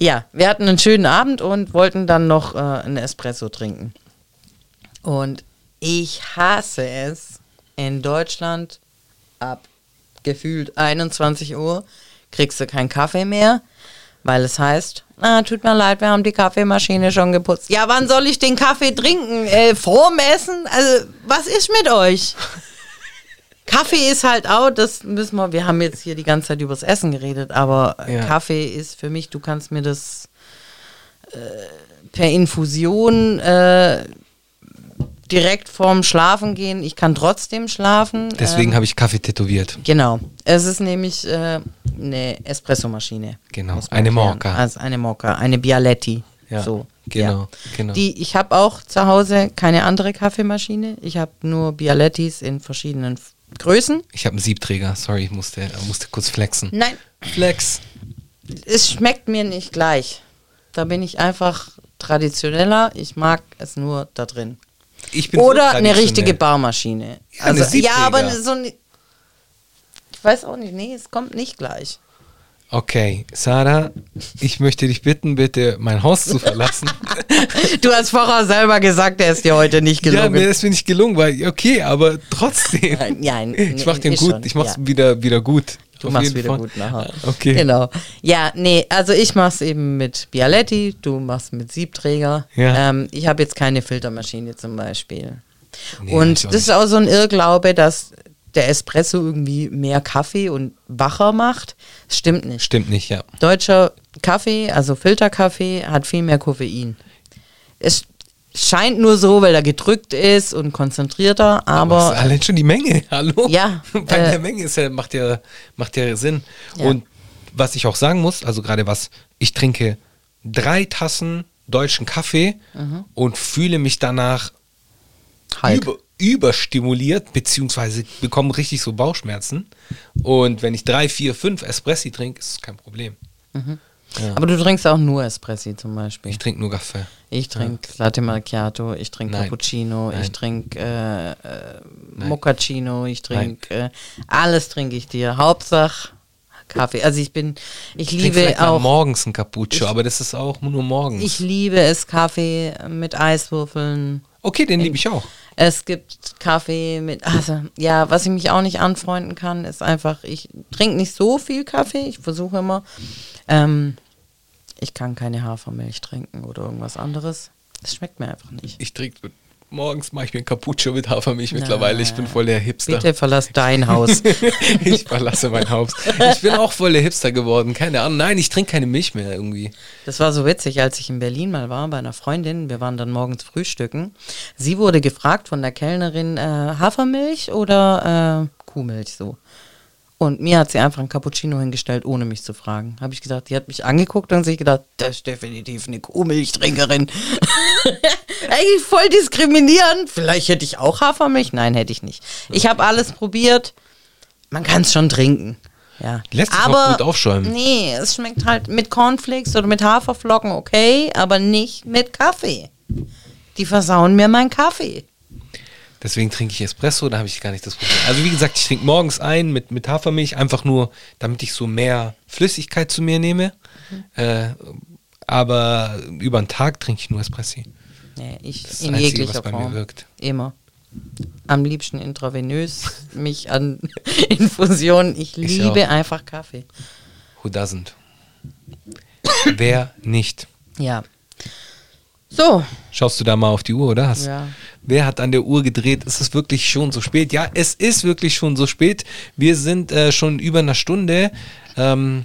Speaker 4: Ja, wir hatten einen schönen Abend und wollten dann noch äh, einen Espresso trinken. Und ich hasse es, in Deutschland ab gefühlt 21 Uhr kriegst du keinen Kaffee mehr, weil es heißt, ah, tut mir leid, wir haben die Kaffeemaschine schon geputzt. Ja, wann soll ich den Kaffee trinken? Äh, vorm Essen? Also, was ist mit euch? Kaffee ist halt auch, das müssen wir, wir haben jetzt hier die ganze Zeit übers Essen geredet, aber äh,
Speaker 5: Ja.
Speaker 4: Kaffee ist für mich, du kannst mir das äh, per Infusion äh, direkt vorm Schlafen gehen. Ich kann trotzdem schlafen.
Speaker 5: Deswegen
Speaker 4: ähm,
Speaker 5: habe ich Kaffee tätowiert.
Speaker 4: Genau. Es ist nämlich äh, eine Espressomaschine.
Speaker 5: Genau,
Speaker 4: Muss man
Speaker 5: eine
Speaker 4: erklären.
Speaker 5: Morca.
Speaker 4: Also eine Morca, eine Bialetti.
Speaker 5: Ja,
Speaker 4: So.
Speaker 5: genau, genau.
Speaker 4: Die, ich habe auch zu Hause keine andere Kaffeemaschine. Ich habe nur Bialettis in verschiedenen F- Größen.
Speaker 5: Ich habe einen Siebträger, sorry, ich musste, äh, musste kurz flexen.
Speaker 4: Nein,
Speaker 5: Flex.
Speaker 4: es schmeckt mir nicht gleich. Da bin ich einfach traditioneller. Ich mag es nur da drin.
Speaker 5: Ich bin so
Speaker 4: Oder eine
Speaker 5: traditionell.
Speaker 4: richtige Barmaschine.
Speaker 5: Ja, eine
Speaker 4: Also, ja,
Speaker 5: Siebträger.
Speaker 4: aber so ein. Ich weiß auch nicht, nee, es kommt nicht gleich. [LAUGHS]
Speaker 5: Okay, Sarah, ich möchte dich bitten, bitte mein Haus zu verlassen.
Speaker 4: Du hast vorher selber gesagt, der ist dir heute nicht
Speaker 5: [LAUGHS]
Speaker 4: [LAUGHS]
Speaker 5: ja,
Speaker 4: gelungen.
Speaker 5: mir ist mir nicht gelungen, weil okay, aber trotzdem.
Speaker 4: Nein, nein,
Speaker 5: [LAUGHS] ich mach den
Speaker 4: ist
Speaker 5: gut,
Speaker 4: schon,
Speaker 5: ich mach's
Speaker 4: ja.
Speaker 5: wieder wieder gut.
Speaker 4: Du
Speaker 5: Auf
Speaker 4: machst
Speaker 5: jeden
Speaker 4: wieder
Speaker 5: Fall.
Speaker 4: gut nachher.
Speaker 5: Okay.
Speaker 4: Genau. Ja, nee, also ich mach's eben mit Bialetti, du machst mit Siebträger.
Speaker 5: Ja.
Speaker 4: Ähm, ich habe jetzt keine Filtermaschine zum Beispiel.
Speaker 5: Nee,
Speaker 4: und
Speaker 5: ich auch
Speaker 4: das ist auch so ein Irrglaube, dass der Espresso irgendwie mehr Kaffee und wacher macht. Stimmt nicht.
Speaker 5: Stimmt nicht, ja.
Speaker 4: Deutscher Kaffee, also Filterkaffee, hat viel mehr Koffein. Es scheint nur so, weil er gedrückt ist und konzentrierter,
Speaker 5: Aber
Speaker 4: aber
Speaker 5: ist allein schon die Menge, [LAUGHS] hallo?
Speaker 4: Ja,
Speaker 5: Bei
Speaker 4: äh,
Speaker 5: der Menge ist ja, macht ja, macht ja Sinn.
Speaker 4: Ja.
Speaker 5: Und was ich auch sagen muss, also gerade was, ich trinke drei Tassen deutschen Kaffee und fühle mich danach
Speaker 4: Mhm. Hulk.
Speaker 5: über, überstimuliert, beziehungsweise bekomme richtig so Bauchschmerzen. Und wenn ich drei, vier, fünf Espressi trinke, ist es kein Problem.
Speaker 4: aber du trinkst auch nur Espresso zum Beispiel.
Speaker 5: Ich trinke nur Kaffee.
Speaker 4: Ich trinke Latte Macchiato, ich trinke
Speaker 5: Nein.
Speaker 4: Cappuccino, ich
Speaker 5: Nein.
Speaker 4: trinke äh, äh, Moccacino, ich trinke äh, alles trinke ich dir. Hauptsache Kaffee. Also ich bin, ich
Speaker 5: Ich trinke
Speaker 4: liebe
Speaker 5: vielleicht mal
Speaker 4: auch,
Speaker 5: morgens ein Cappuccio, aber das ist auch nur morgens.
Speaker 4: ich liebe es Kaffee mit Eiswürfeln.
Speaker 5: okay, den liebe ich auch.
Speaker 4: Es gibt Kaffee mit, also ja, was ich mich auch nicht anfreunden kann, ist einfach, ich trinke nicht so viel Kaffee, ich versuche immer, ähm, ich kann keine Hafermilch trinken oder irgendwas anderes. Das schmeckt mir einfach nicht.
Speaker 5: Ich trinke morgens mache ich mir ein Cappuccio mit Hafermilch mittlerweile. Ich bin voll der Hipster.
Speaker 4: Bitte verlass dein Haus.
Speaker 5: [LAUGHS] ich verlasse mein Haus. Ich bin auch voll der Hipster geworden. Keine Ahnung. Nein, ich trinke keine Milch mehr irgendwie.
Speaker 4: Das war so witzig, als ich in Berlin mal war bei einer Freundin. Wir waren dann morgens frühstücken. Sie wurde gefragt von der Kellnerin, äh, Hafermilch oder äh, Kuhmilch so. Und mir hat sie einfach einen Cappuccino hingestellt, ohne mich zu fragen. Habe ich gesagt, die hat mich angeguckt und sich gedacht, das ist definitiv eine Kuhmilchtrinkerin. [LAUGHS] Eigentlich voll diskriminierend. Vielleicht hätte ich auch Hafermilch. Nein, hätte ich nicht. Ich habe alles probiert. Man kann es schon trinken. Ja.
Speaker 5: Lässt sich auch gut aufschäumen.
Speaker 4: Nee, es schmeckt halt mit Cornflakes oder mit Haferflocken okay, aber nicht mit Kaffee. Die versauen mir meinen Kaffee.
Speaker 5: Deswegen trinke ich Espresso, da habe ich gar nicht das Problem. Also wie gesagt, ich trinke morgens ein mit, mit Hafermilch, einfach nur, damit ich so mehr Flüssigkeit zu mir nehme. Äh, aber über den Tag trinke ich nur Espresso.
Speaker 4: Nee, ich
Speaker 5: Das ist
Speaker 4: in
Speaker 5: das Einzige,
Speaker 4: jeglicher
Speaker 5: was bei mir
Speaker 4: Form.
Speaker 5: wirkt.
Speaker 4: Immer. Am liebsten intravenös, [LAUGHS] mich an Infusionen. Ich
Speaker 5: Ich
Speaker 4: liebe
Speaker 5: auch.
Speaker 4: einfach Kaffee.
Speaker 5: Who doesn't? Wer nicht?
Speaker 4: Ja. So,
Speaker 5: Schaust du da mal auf die Uhr, oder? Hast,
Speaker 4: Ja.
Speaker 5: Wer hat an der Uhr gedreht? Ist es wirklich schon so spät? Ja, es ist wirklich schon so spät. Wir sind äh, schon über einer Stunde. Ähm,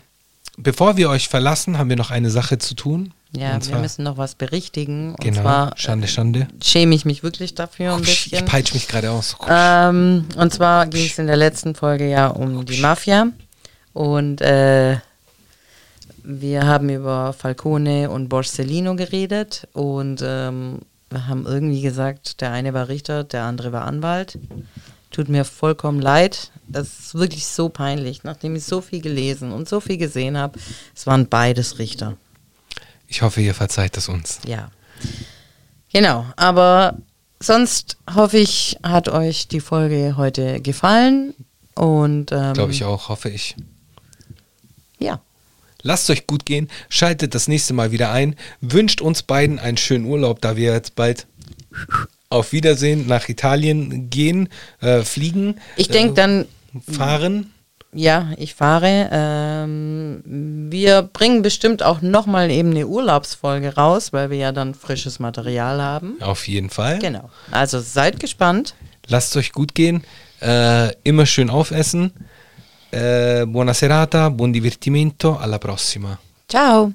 Speaker 5: bevor wir euch verlassen, haben wir noch eine Sache zu tun.
Speaker 4: ja,
Speaker 5: Und
Speaker 4: wir müssen noch was berichtigen. Und
Speaker 5: genau,
Speaker 4: zwar
Speaker 5: Schande, Schande.
Speaker 4: schäme ich mich wirklich dafür ein
Speaker 5: Psch, Ich
Speaker 4: bisschen.
Speaker 5: peitsche mich gerade aus.
Speaker 4: Ähm, und zwar ging es in der letzten Folge ja um die Mafia. Und äh, wir haben über Falcone und Borsellino geredet. Und ähm, wir haben irgendwie gesagt, der eine war Richter, der andere war Anwalt. Tut mir vollkommen leid. Das ist wirklich so peinlich, nachdem ich so viel gelesen und so viel gesehen habe. Es waren beides Richter.
Speaker 5: Ich hoffe, ihr verzeiht es uns.
Speaker 4: Ja. Genau, aber sonst hoffe ich, hat euch die Folge heute gefallen und ähm,
Speaker 5: Glaube ich auch, hoffe ich.
Speaker 4: Ja.
Speaker 5: Lasst euch gut gehen, schaltet das nächste Mal wieder ein, wünscht uns beiden einen schönen Urlaub, da wir jetzt bald auf Wiedersehen nach Italien gehen, äh, fliegen.
Speaker 4: Ich denke dann,
Speaker 5: dann. Fahren.
Speaker 4: ja, ich fahre. Ähm, wir bringen bestimmt auch nochmal eben eine Urlaubsfolge raus, weil wir ja dann frisches Material haben.
Speaker 5: Auf jeden Fall.
Speaker 4: Genau. Also seid gespannt.
Speaker 5: Lasst euch gut gehen. Äh, immer schön aufessen. Äh, buona serata, buon divertimento. Alla prossima.
Speaker 4: Ciao.